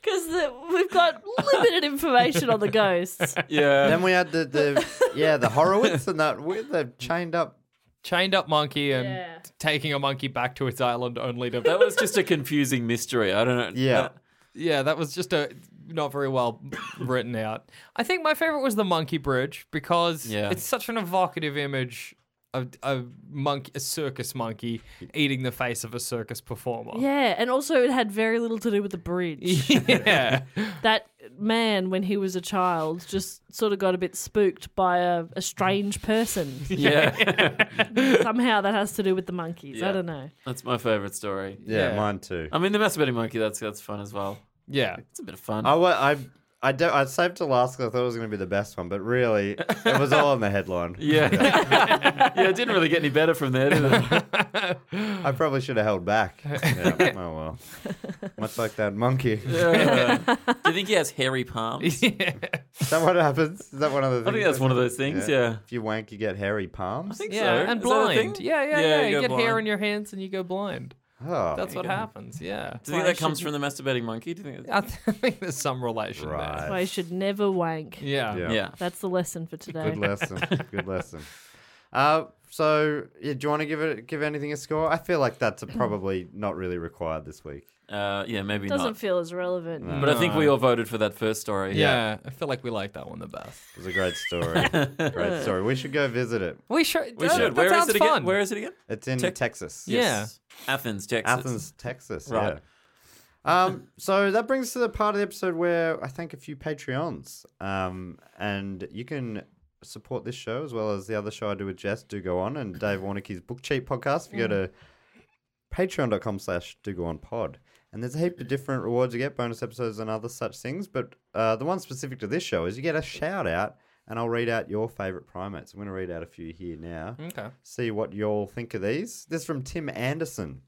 F: Because we've got limited information on the ghosts.
E: Yeah.
D: Then we had the, the yeah the Horowitz and that with the chained up
G: chained up monkey and
F: Yeah.
G: taking a monkey back to its island only to
E: That was just a confusing mystery. I don't know.
D: yeah.
G: Yeah, that was just a not very well written out. I think my favorite was the monkey bridge because
E: Yeah.
G: it's such an evocative image of a monk, a circus monkey eating the face of a circus performer.
F: Yeah, and also it had very little to do with the bridge.
G: Yeah.
F: that man, when he was a child, just sort of got a bit spooked by a, a strange person.
E: Yeah.
F: Somehow that has to do with the monkeys. I
E: Yeah.
F: don't know.
E: That's my favorite story.
D: Yeah, Um,
G: Yeah.
D: mine too.
E: I mean, the masturbating monkey. That's that's fun as well.
G: yeah.
E: It's a bit of fun.
D: I, wa- I, I, do, I saved to last because I thought it was going to be the best one, but really, it was all in the headline.
E: yeah. yeah. It didn't really get any better from there, did it?
D: I probably should have held back. Yeah, oh well. Much like that monkey. Is
E: Yeah. Do you think he has hairy palms?
D: that what happens? Is that one of the things?
E: I think that's one of those things. Yeah.
D: If you wank, you get hairy palms.
E: think
G: Yeah, and
E: Is that a
G: blind.
E: thing?
G: Yeah, yeah, yeah. You,
E: go
G: get hair
E: blind.
G: in your hands and you go blind.
D: Oh,
G: That's what
E: go.
G: happens. Yeah.
E: Do you think that comes from the masturbating monkey? Do you think? It's...
G: I think there's some relation
D: right.
G: there.
F: Why you should never wank.
G: Yeah.
D: Yeah.
E: Yeah.
F: That's the lesson for today.
D: Good lesson. Good lesson. Uh, so, yeah, do you want to give it give anything a score? I feel like that's a probably not really required this week.
E: Uh, yeah, maybe
F: Doesn't
E: not.
F: feel as relevant.
E: But I think we all voted for that first story.
G: Uh, Yeah, I feel like we like that one the best.
D: It was a great story. great story. We should go visit it.
G: We should.
E: We should. Where is it again? Where is it again?
D: It's in
E: Tex-
D: Texas.
E: Yes. Athens, Texas.
D: Athens, Texas.
E: Right.
D: Yeah. Um, so that brings us to the part of the episode where I thank a few Patreons. Um, and you can support this show as well as the other show I do with Jess, Do Go On, and Dave Warnicki's Book Cheat podcast. If you go to patreon.com slash do go on pod. And there's a heap of different rewards you get, bonus episodes and other such things. But uh, the one specific to this show is you get a shout out, and I'll read out your favorite primates. I'm going to read out a few here now
G: Okay.
D: see what you all think of these. This is from Tim Anderson.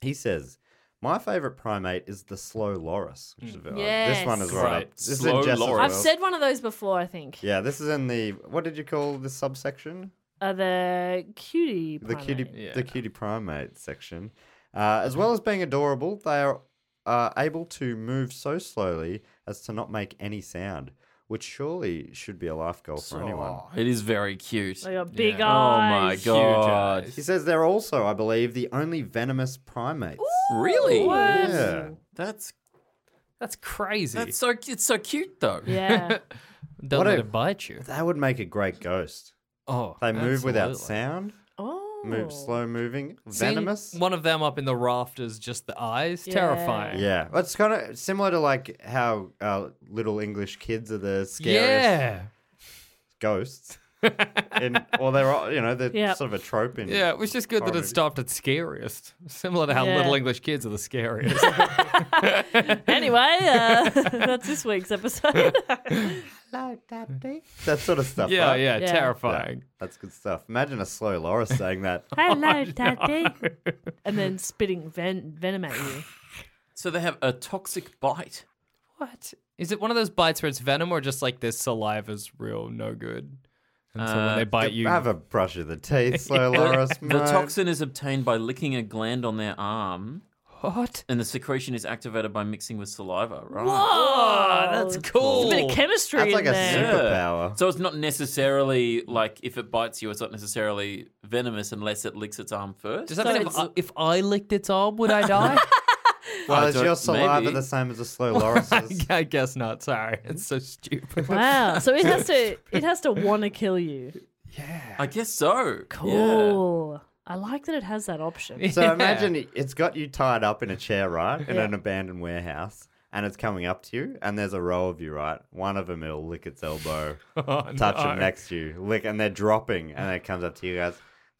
D: He says, "My favorite primate is the slow loris." Which is a bit-
F: Yes.
D: This one is right.
E: Mm. Right.
D: up- This is
E: Slow
D: in Jess's
E: loris.
F: I've
D: world.
F: said one of those before, I think.
D: Yeah, this is in the what did you call this subsection?
F: Uh, the cutie.
D: The cutie,
F: primate.
D: the cutie primate section. Uh, as well as being adorable, they are uh, able to move so slowly as to not make any sound, which surely should be a life goal for anyone.
E: It is very cute.
F: They got big
E: Oh my
F: eyes.
E: god.
D: He says they're also, I believe, the only venomous primates.
E: Really?
F: What?
D: Yeah.
E: That's
G: That's crazy.
E: that's so it's so cute though.
F: Yeah.
G: Don't
D: What
G: let
D: a-
G: it bite you.
D: That would make a great ghost.
G: Oh,
D: They move without
G: absolutely.
D: sound,
F: Oh.
D: move slow moving,
G: Seeing
D: venomous.
G: One of them up in the rafters, just the eyes, terrifying.
D: yeah, it's kind of similar to like how uh, little English kids are the scariest
G: Yeah.
D: ghosts. and or they're all- you know they're
F: Yep.
D: sort of a trope in
G: Yeah, it was just good that
D: Horror
G: it
D: movie.
G: stopped at scariest. Similar to how
F: Yeah.
G: little English kids are the scariest.
F: Anyway, uh, that's this week's episode.
D: that sort of stuff.
G: yeah,
D: right?
G: yeah,
F: Yeah.
G: terrifying.
D: that's good stuff. Imagine a slow Laura saying that.
F: Hello, Daddy. And then spitting ven- venom at you.
E: So they have a toxic bite.
G: What? Is it one of those bites where it's venom or just like their saliva's real no good? And so when Uh, they bite you,
D: Have a brush of the teeth, slow Laura.
E: The
D: mate.
E: toxin is obtained by licking a gland on their arm,
G: what?
E: and the secretion is activated by mixing with saliva. Right.
G: Oh, that's cool.
F: There's a bit of chemistry
D: That's
F: in
D: like a
F: there.
E: Yeah.
D: superpower.
E: So it's not necessarily like if it bites you, it's not necessarily venomous unless it licks its arm first.
G: Does that mean if
F: it's-
G: I, if I licked its arm, would I die?
D: Well,
E: I
D: is
E: don't-
D: your saliva
E: maybe.
D: the same as a slow Laura's?
G: I guess not. Sorry, it's so stupid.
F: Wow. So it has to it has to want to kill you.
E: I guess so. Yeah.
F: Cool. I like that it has that option.
D: So imagine it's got you tied up in a chair, right, in an abandoned warehouse, and it's coming up to you, and there's a row of you, right. One of them it'll lick its elbow, touch
G: no.
D: it next to you, lick, and they're dropping, and it comes up to you guys.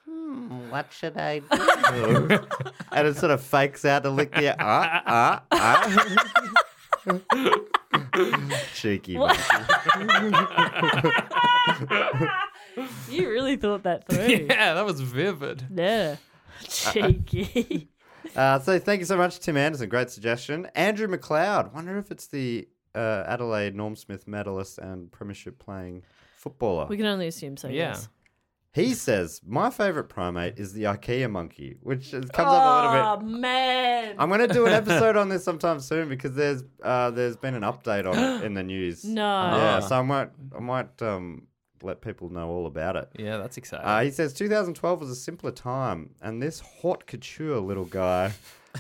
D: Hmm, what should I do? and it sort of fakes out to lick the ah ah ah. uh. Cheeky monkey.
F: You really thought that through. Yeah.
G: Yeah, that was vivid.
F: Cheeky.
D: Uh, so thank you so much, Tim Anderson. Great suggestion. Andrew McLeod. Wonder if it's the uh, Adelaide Norm Smith medalist and premiership playing footballer.
F: we can only assume so.
G: Yeah.
F: Yes.
D: He says, "My favorite primate is the IKEA monkey," which is- comes up a little
F: Oh
D: bit.
F: man.
D: I'm going to do an episode on this sometime soon because there's uh, there's been an update on it in the news.
F: No.
D: Yeah, so I might I might um, let people know all about it.
G: Yeah, that's exciting.
D: Uh, he says 2012 was a simpler time, and this haute couture little guy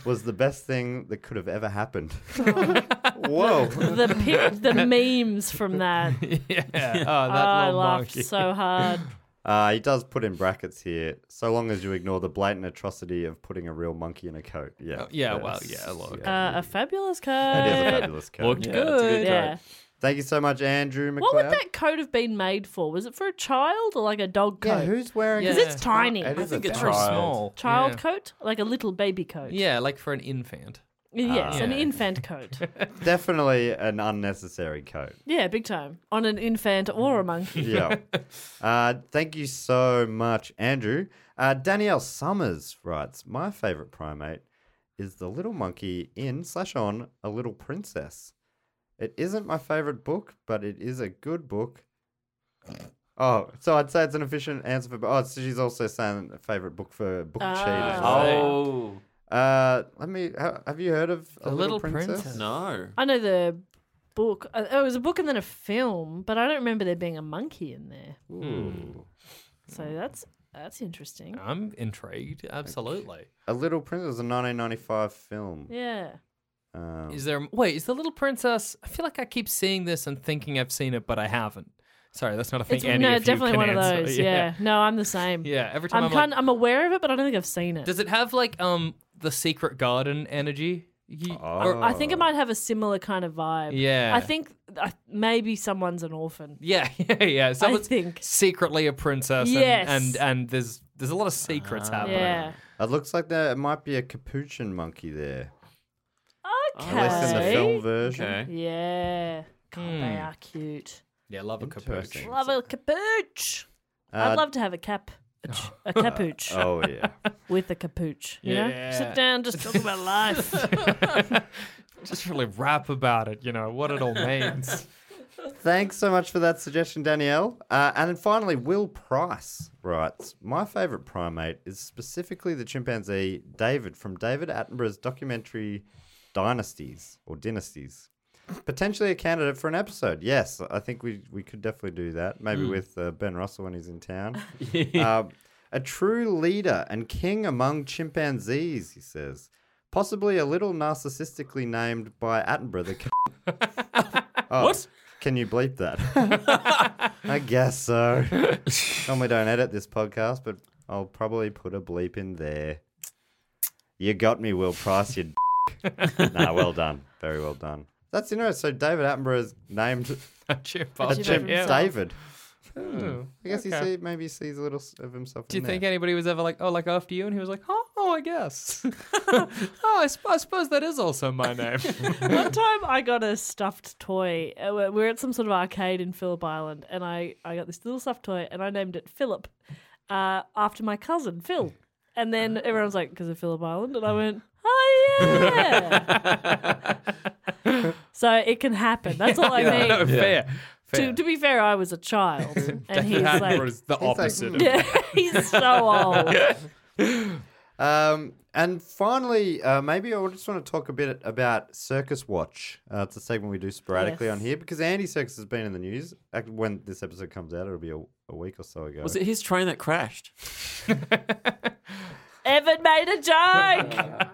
D: was the best thing that could have ever happened. Whoa.
F: the pic, the memes from that.
G: yeah. Oh, that
F: I
G: little
F: laughed
G: monkey.
F: so hard.
D: Uh, he does put in brackets here, so long as you ignore the blatant atrocity of putting a real monkey in a coat. Yeah.
G: Oh, yeah,
D: that's-
G: well, yeah, look.
F: Uh, a fabulous coat.
D: It is a fabulous coat.
G: Looked
E: Yeah, that's a
G: good.
E: good
F: Yeah.
D: Thank you so much, Andrew McLeod.
F: What would that coat have been made for? Was it for a child or like a dog coat?
D: Yeah, who's wearing
G: Yeah.
F: Because it's tiny.
D: It is
E: think
D: a
E: it's
G: Very
D: child.
G: small.
F: Child
G: yeah.
F: coat, like a little baby coat.
G: Yeah, like for an infant.
F: Yes, an
G: Ah.
F: infant coat.
D: Definitely an unnecessary coat.
F: yeah, big time. On an infant
G: Mm.
F: or a monkey.
D: Yeah. uh, thank you so much, Andrew. Uh, Danielle Summers writes, My favorite primate is the little monkey in slash on a little princess. It isn't my favorite book, but it is a good book. Oh, so I'd say it's an efficient answer for. Oh, so she's also saying favorite book for book cheat. as well.
E: Oh
D: Uh, let me. ha- Have you heard of a
G: The
D: little,
G: Little
D: princess?
G: Princess.
E: Oh, no.
F: I know the book. uh, Oh, it was a book and then a film, but I don't remember there being a monkey in there.
D: Ooh.
F: So
G: Mm.
F: that's that's interesting.
G: I'm intrigued. Absolutely.
D: A Little Princess is a 1995 film.
F: Yeah.
D: Um,
G: Is there wait? Is the little princess? I feel like I keep seeing this and thinking I've seen it, but I haven't. Sorry, that's not a thing.
F: It's,
G: any
F: no,
G: of you
F: definitely
G: can
F: one
G: answer.
F: of those. Yeah. No, I'm the same.
G: Yeah, every time
F: I'm,
G: I'm like-
F: kind I'm aware of it, but I don't think I've seen it.
G: Does it have like um the secret garden energy? You- or-
F: I think it might have a similar kind of vibe.
G: Yeah.
F: I think I, maybe someone's an orphan.
G: Yeah, yeah, yeah. Someone's
F: think.
G: secretly a princess. and-
F: Yes.
G: And, and there's there's a lot of
D: Ah.
G: secrets happening.
F: Yeah.
D: It looks like there it might be a capuchin monkey there.
F: Okay.
D: At least in the film version.
F: Yeah. God, they
G: Hmm.
F: are cute.
G: Yeah, love a capuchin.
D: Interesting.
F: Love a capooch.
D: Uh,
F: I'd love to have a cap. A, ch- a capooch.
D: Oh yeah.
F: With a capooch. You know?
G: Yeah.
F: Sit down, just talk about life.
G: Just really rap about it, you know, what it all means.
D: Thanks so much for that suggestion, Danielle. Uh, and then finally, Will Price writes My favourite primate is specifically the chimpanzee David from David Attenborough's documentary Dynasties or Dynasties. Potentially a candidate for an episode. Yes, I think we, we could definitely do that. Maybe with uh, Ben Russell when he's in town. Um, a true leader and king among chimpanzees, he says. Possibly a little narcissistically named by Attenborough, the what? Oh, Can you bleep that? I guess so. Normally don't edit this podcast, but I'll probably put a bleep in there. You got me, Will Price, you d- Nah, well done. Very well done. That's interesting. So David Attenborough is named
G: A chip,
D: a chimp
F: himself.
D: David.
G: Do
D: I guess
G: Okay.
D: he see, maybe he sees a little s- of himself
G: you
D: in there.
G: think anybody was ever like, oh, like after you? And he was like, oh, oh I guess. oh, I, sp- I suppose that is also my name.
F: One time I got a stuffed toy. Uh, We we were at some sort of arcade in Phillip Island, and I, I got this little stuffed toy, and I named it Philip uh, after my cousin, Phil. And then
G: Uh.
F: everyone was like, because of Phillip Island. And I went, oh, yeah. so it can happen. That's all I
G: Yeah,
F: mean.
G: no, fair.
F: to,
G: fair.
F: to be fair, I was a child. and he's
G: Attenborough
F: like,
G: is the opposite. of-
F: yeah, he's so old.
D: Um, and finally, uh, maybe I just want to talk a bit about Circus Watch. Uh, it's a segment we do sporadically
F: Yes.
D: on here because Andy Circus has been in the news. Ac- When this episode comes out, it'll be a, a week or so ago.
E: Was it his train that crashed?
F: Evan made a joke.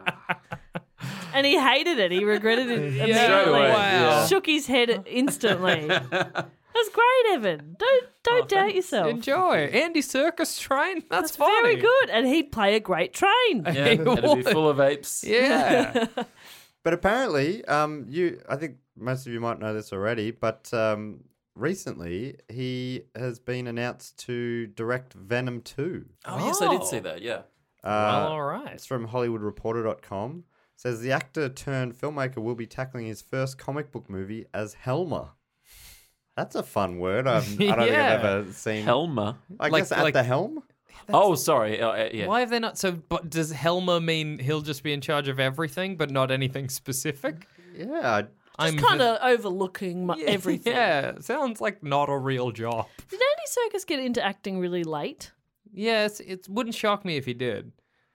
F: and he hated it. He regretted it immediately.
E: away, yeah.
F: Shook his head instantly. That's great, Evan. Don't don't doubt yourself.
G: Enjoy. Andy Circus Train. That's,
F: It's
G: funny.
F: very good. And he'd play a great train.
E: Yeah, it'd be full of apes.
G: Yeah.
D: But apparently, um, you I think most of you might know this already, but um, recently he has been announced to direct Venom 2.
E: Oh, yes, I did see that. Yeah.
G: well,
D: Uh,
G: all right.
D: It's from HollywoodReporter.com. Says the actor turned filmmaker will be tackling his first comic book movie as Helmer. That's a fun word. I've, I don't think
G: Yeah.
D: I've ever seen.
E: Helmer.
D: I
G: Like-
D: guess at
G: like-
D: the helm.
E: Oh, sorry. Uh, uh, yeah.
G: Why have they not? So, but does Helmer mean he'll just be in charge of everything, but not anything specific?
D: Yeah, I-
G: I'm
F: Kind of overlooking my,
G: the-
F: everything.
G: Yeah, sounds like not a real job.
F: Did Andy Circus get into acting really late?
G: Yes, it wouldn't shock me if he did.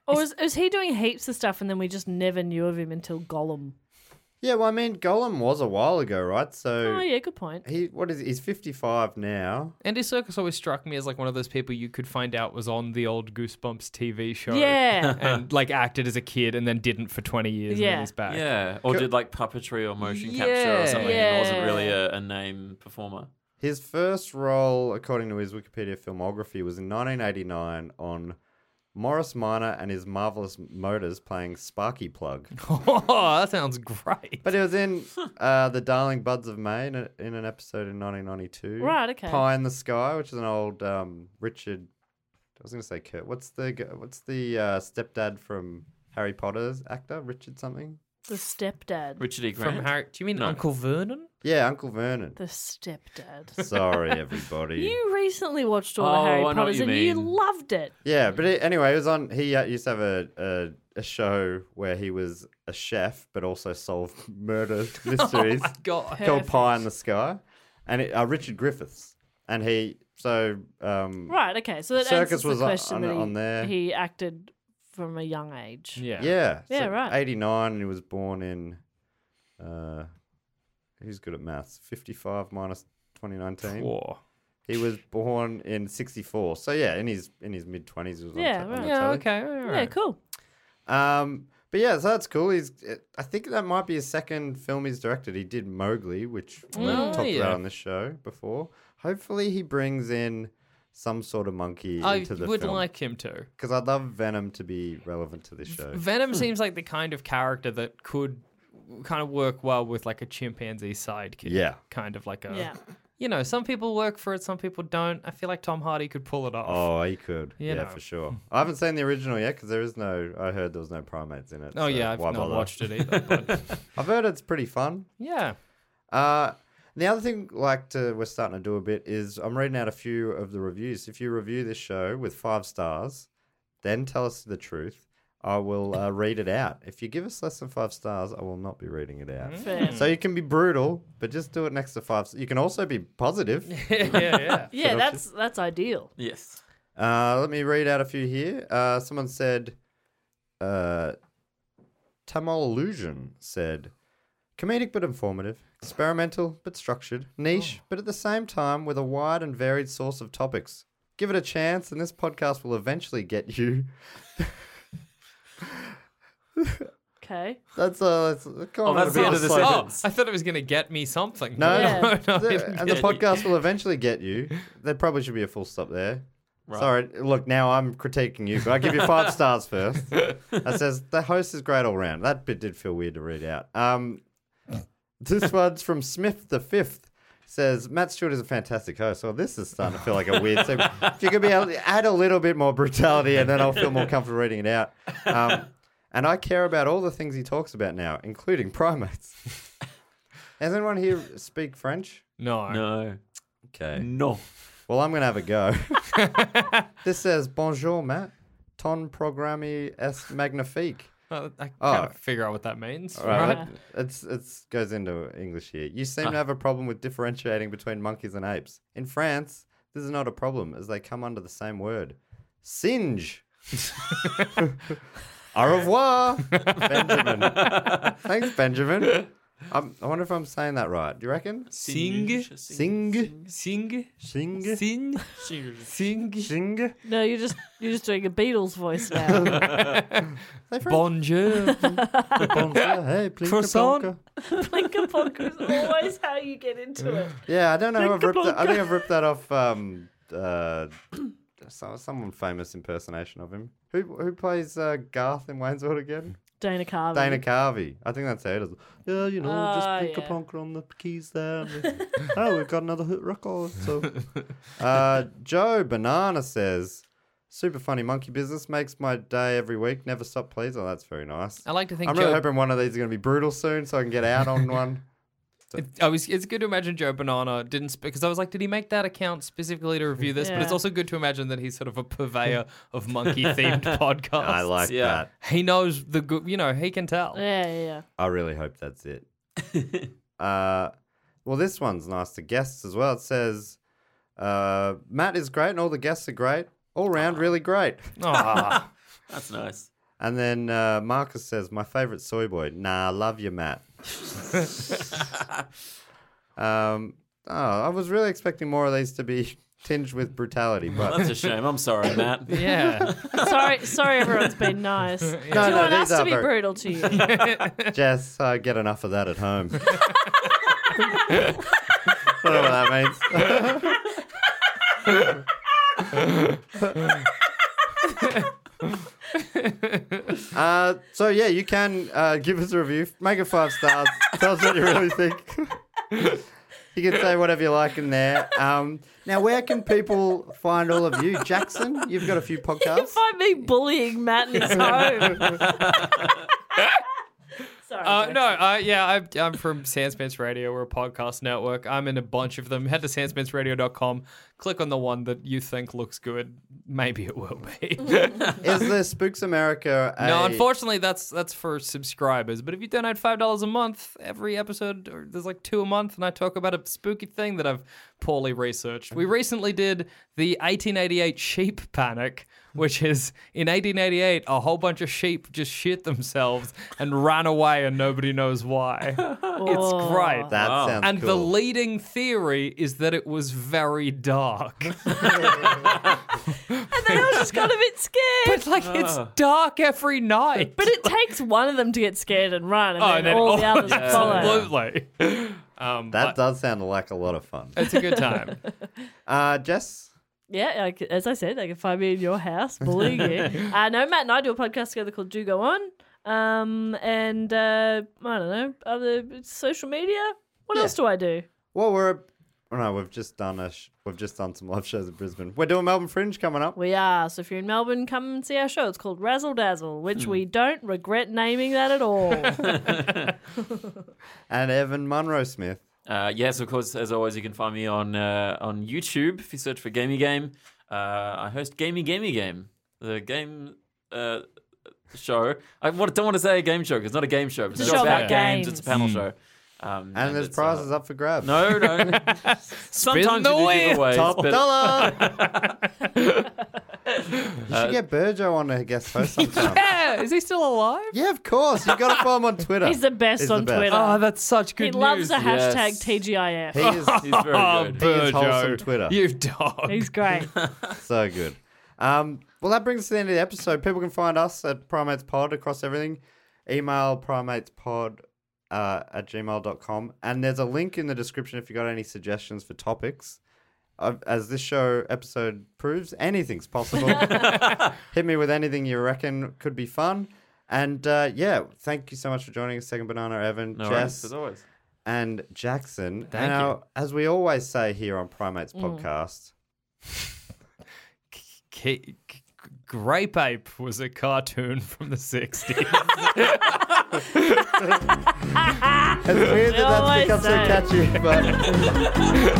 F: Or was, was he doing heaps of stuff and then we just never knew of him until Gollum?
D: yeah. Well, I mean, Gollum was a while ago, right? So
F: Oh, yeah, good point.
D: he what is he? he's fifty five now.
G: Andy Circus always struck me as like one of those people you could find out was on the old Goosebumps TV show.
F: Yeah.
G: and like acted as a kid and then didn't for twenty years. and
F: Yeah.
G: then he's back.
E: Yeah. Or did like puppetry or motion capture
G: Yeah.
E: or something and wasn't
F: Yeah.
E: really a, a name performer.
D: His first role, according to his Wikipedia filmography, was in 1989 on Morris Minor and his Marvelous Motors, playing Sparky Plug.
G: Oh, that sounds great.
D: But it was in uh, The Darling Buds of May in, a, in an episode in 1992.
F: Right, okay.
D: Pie in the Sky, which is an old um, Richard. I was going to say Kurt. What's the g- what's the uh, stepdad from Harry Potter's actor? Richard something?
F: The stepdad.
E: Richard E. Grant.
G: From Harry, do you mean
E: No.
G: Uncle Vernon?
D: Yeah, Uncle Vernon.
F: The stepdad.
D: Sorry, everybody.
F: You recently watched all
E: Oh,
F: the
E: I know
F: Harry
E: what
F: Potters
E: you
F: and you
E: mean.
F: loved it.
D: Yeah, but it, anyway, it was on. He uh, used to have a, a a show where he was a chef, but also solved murder mysteries
G: Oh God,
D: called Pie in the Sky, and it, uh, Richard Griffiths, and he so um,
F: Right, okay. So that
D: Circus
F: answers
D: was
F: the
D: on-
F: question
D: on-
F: that he,
D: on there.
F: he acted from a young age.
G: yeah,
D: yeah,
F: Yeah, right.
D: eighty nine, and he was born in uh, who's good at maths? Fifty five minus twenty nineteen.
G: Whoa.
D: He was born in sixty four, so yeah, in his in his mid twenties, he was on
F: Yeah,
D: te- on
F: right.
D: the
G: Yeah,
D: telly.
G: okay.
F: Yeah, cool.
D: Um, But yeah, so that's cool. He's, I think that might be his second film he's directed. He did Mowgli, which we
G: Oh,
D: talked
G: yeah.
D: about on the show before. Hopefully, he brings in some sort of monkey
G: I
D: into the
G: would
D: film.
G: like him to.
D: because I'd love Venom to be relevant to this show.
G: Venom seems like the kind of character that could kind of work well with like a chimpanzee sidekick.
D: Yeah.
G: Kind of like a.
F: Yeah.
G: You know, some people work for it, some people don't. I feel like Tom Hardy could pull it off.
D: Oh, he could.
G: You
D: yeah,
G: know.
D: for sure. I haven't seen the original yet because there is no. I heard there was no primates in it.
G: Oh,
D: so
G: yeah, I've
D: why
G: not
D: bother?
G: watched it either. But
D: I've heard it's pretty fun.
G: yeah.
D: Uh, the other thing like to we're starting to do a bit is I'm reading out a few of the reviews. If you review this show with five stars, then tell us the truth. I will uh, read it out. If you give us less than five stars, I will not be reading it out.
F: Fair.
D: So you can be brutal, but just do it next to five. You can also be positive.
G: yeah, yeah.
F: Yeah, that's that's ideal.
E: Yes.
D: Uh, let me read out a few here. Uh, someone said, uh, Tamal Illusion said, comedic but informative, experimental but structured, niche but at the same time with a wide and varied source of topics. Give it a chance, and this podcast will eventually get you.
F: Okay.
D: That's uh, that's come on.
E: that's
D: a bit
E: the end of the
D: slow.
G: Oh,
E: sentence.
G: I thought it was going to get me something.
D: Oh. No,
F: Yeah.
D: no,
G: no,
D: The-
G: it didn't
D: and the
E: get you.
D: podcast will eventually get you. There probably should be a full stop there.
E: Right.
D: Sorry, look, now I'm critiquing you, but I give you five stars first. That says the host is great all round. That bit did feel weird to read out. Um, this one's from Smith the Fifth. Says Matt Stewart is a fantastic host. Well, this is starting to feel like a weird. So if you could be able to add a little bit more brutality, and then I'll feel more comfortable reading it out. Um, and I care about all the things he talks about now, including primates. Has anyone here speak French?
G: No.
E: No.
D: Okay.
E: No.
D: Mm. Well, I'm going to have a go. this says, Bonjour, Matt. Ton programme est magnifique.
G: Well, I
D: Oh.
G: kind of figure out what that means.
D: All right. Ah.
G: right?
D: that- It's it's goes into English here. You seem to have a problem with differentiating between monkeys and apes. In France, this is not a problem as they come under the same word. Singe. Au revoir, Benjamin. Thanks, Benjamin. I'm, I wonder if I'm saying that right. Do you reckon?
G: Sing.
D: Sing,
G: Sing.
D: sing,
G: Sing. Sing.
D: sing.
F: No, you're just you're just doing a Beatles voice now.
D: They French?
G: Bonjour.
D: Bonjour. Hey, please.
G: Croissant.
D: Capulco.
F: Plinkaponk is always how you get into it.
D: Yeah, I don't know. I've ripped that, I
F: Capulco.
D: think I've ripped that off. Um, uh, so- someone famous impersonation of him. Who who plays uh, Garth in Wayne's World again?
F: Dana Carvey.
D: Dana Carvey. I think that's how it is. Yeah, you know, just
F: Oh, Ah,
D: pick
F: yeah.
D: a punker on the keys there. and we- oh, we've got another hit record. So, uh, Joe Banana says. Super funny monkey business makes my day every week. Never stop, please. Oh, that's very nice.
G: I like to think
D: I'm really
G: Joe-
D: hoping one of these is going to be brutal soon, so I can get out on one.
G: It, I was. It's good to imagine Joe Banana didn't because I was like, did he make that account specifically to review this? But it's
F: Yeah.
G: also good to imagine that he's sort of a purveyor of monkey themed podcasts.
D: I like
E: Yeah.
D: that.
G: He knows the good. You know, he can tell.
F: Yeah, yeah, yeah.
D: I really hope that's it. uh, well, this one's nice to guests as well. It says, uh, Matt is great and all the guests are great. All round, really great.
G: Aw.
E: That's nice.
D: And then uh, Marcus says, my favorite soy boy. Nah, love you, Matt. um, oh, I was really expecting more of these to be tinged with brutality, but
E: That's a shame. I'm sorry, Matt.
G: yeah.
F: Sorry, sorry, everyone's been nice. Do you
D: no,
F: want
D: these
F: us to
D: are
F: be
D: very-
F: brutal to you?
D: Jess, I get enough of that at home. I don't know what that means. uh, so yeah, you can uh, give us a review, make it five stars, tell us what you really think. you can say whatever you like in there. Um, now, where can people find all of you, Jackson? You've got a few
F: You
D: podcasts.
F: find me bullying Matt in his home. Sorry.
G: Uh,
F: Jack.
G: no, uh, yeah, I'm, I'm from Sandspence Radio. We're a podcast network. I'm in a bunch of them. Head to sandspenceradio.com, click on the one that you think looks good. Maybe it will be.
D: Is there Spooks America? A...
G: no, unfortunately, that's that's for subscribers. But if you donate five dollars a month, every episode or there's like two a month, and I talk about a spooky thing that I've poorly researched.
D: Mm-hmm.
G: We recently did the 1888 sheep panic, which is in 1888 a whole bunch of sheep just shit themselves and ran away, and nobody knows why. it's great.
D: That sounds
G: and the
D: cool.
G: leading theory is that it was very dark.
F: And then I was just kind of a bit scared.
G: But like it's dark every night.
F: But it takes one of them to get scared and run, and
G: Oh,
F: then,
G: and then
F: all the
G: all-
F: others
G: yeah.
F: follow.
G: Absolutely. Um,
D: That
G: that
D: does sound like a lot of fun.
G: it's a good time.
D: Uh, Jess,
F: Yeah, I c as I said, they can find me in your house bullying you. Uh, no, Matt and I do a podcast together called Do Go On. Um, and uh, I don't know, other social media. What else do I do?
D: well, we're oh, no, we've just done a sh- we've just done some live shows in Brisbane. We're doing Melbourne Fringe coming up.
F: We are. So if you're in Melbourne, come and see our show. It's called Razzle Dazzle, which we don't regret naming that at all.
D: And Evan Munro Smith.
E: Uh, yes, of course. As always, you can find me on uh, on YouTube if you search for Gamey Game. Uh, I host Gamey Gamey Game, the game uh, show. I want, don't want to say a game show because it's not a game show. It's,
F: a
E: not
F: show
E: about
F: about
E: games. It's a
F: games.
E: panel show. Um,
D: Hmm. And there's
E: it's, uh,
D: prizes up for grabs.
E: No, no. Sometimes
G: the
E: you do
G: wheel.
E: giveaways,
D: Top
E: but-
D: dollar.
E: Uh,
D: you should get Burjo on a guest host sometime.
G: yeah, is he still alive?
D: yeah, of course. You got to follow him on Twitter.
F: He's the best
D: He's
F: on
D: the best.
F: Twitter.
G: Oh, that's such good
F: he
G: news.
F: loves the
E: yes.
F: hashtag TGIF.
D: He is
E: He's very
G: Oh,
E: good.
D: He is wholesome
G: Burjo.
D: Twitter.
G: You dog.
F: He's great.
D: so good. Um, well, that brings us to the end of the episode. People can find us at Primates Pod across everything. Email primatespod uh, at gmail.com. And there's a link in the description if you got any suggestions for topics. Uh, As this show episode proves, anything's possible. Hit me with anything you reckon could be fun. And uh, yeah, thank you so much for joining us, Second Banana, Evan,
E: No worries,
D: Jess,
E: as always.
D: and Jackson. now, as we always say here on Primates Podcast,
G: K- G- Grape Ape was a cartoon from the 60s.
D: It's weird that
F: always
D: that's become so
F: say.
D: catchy, but.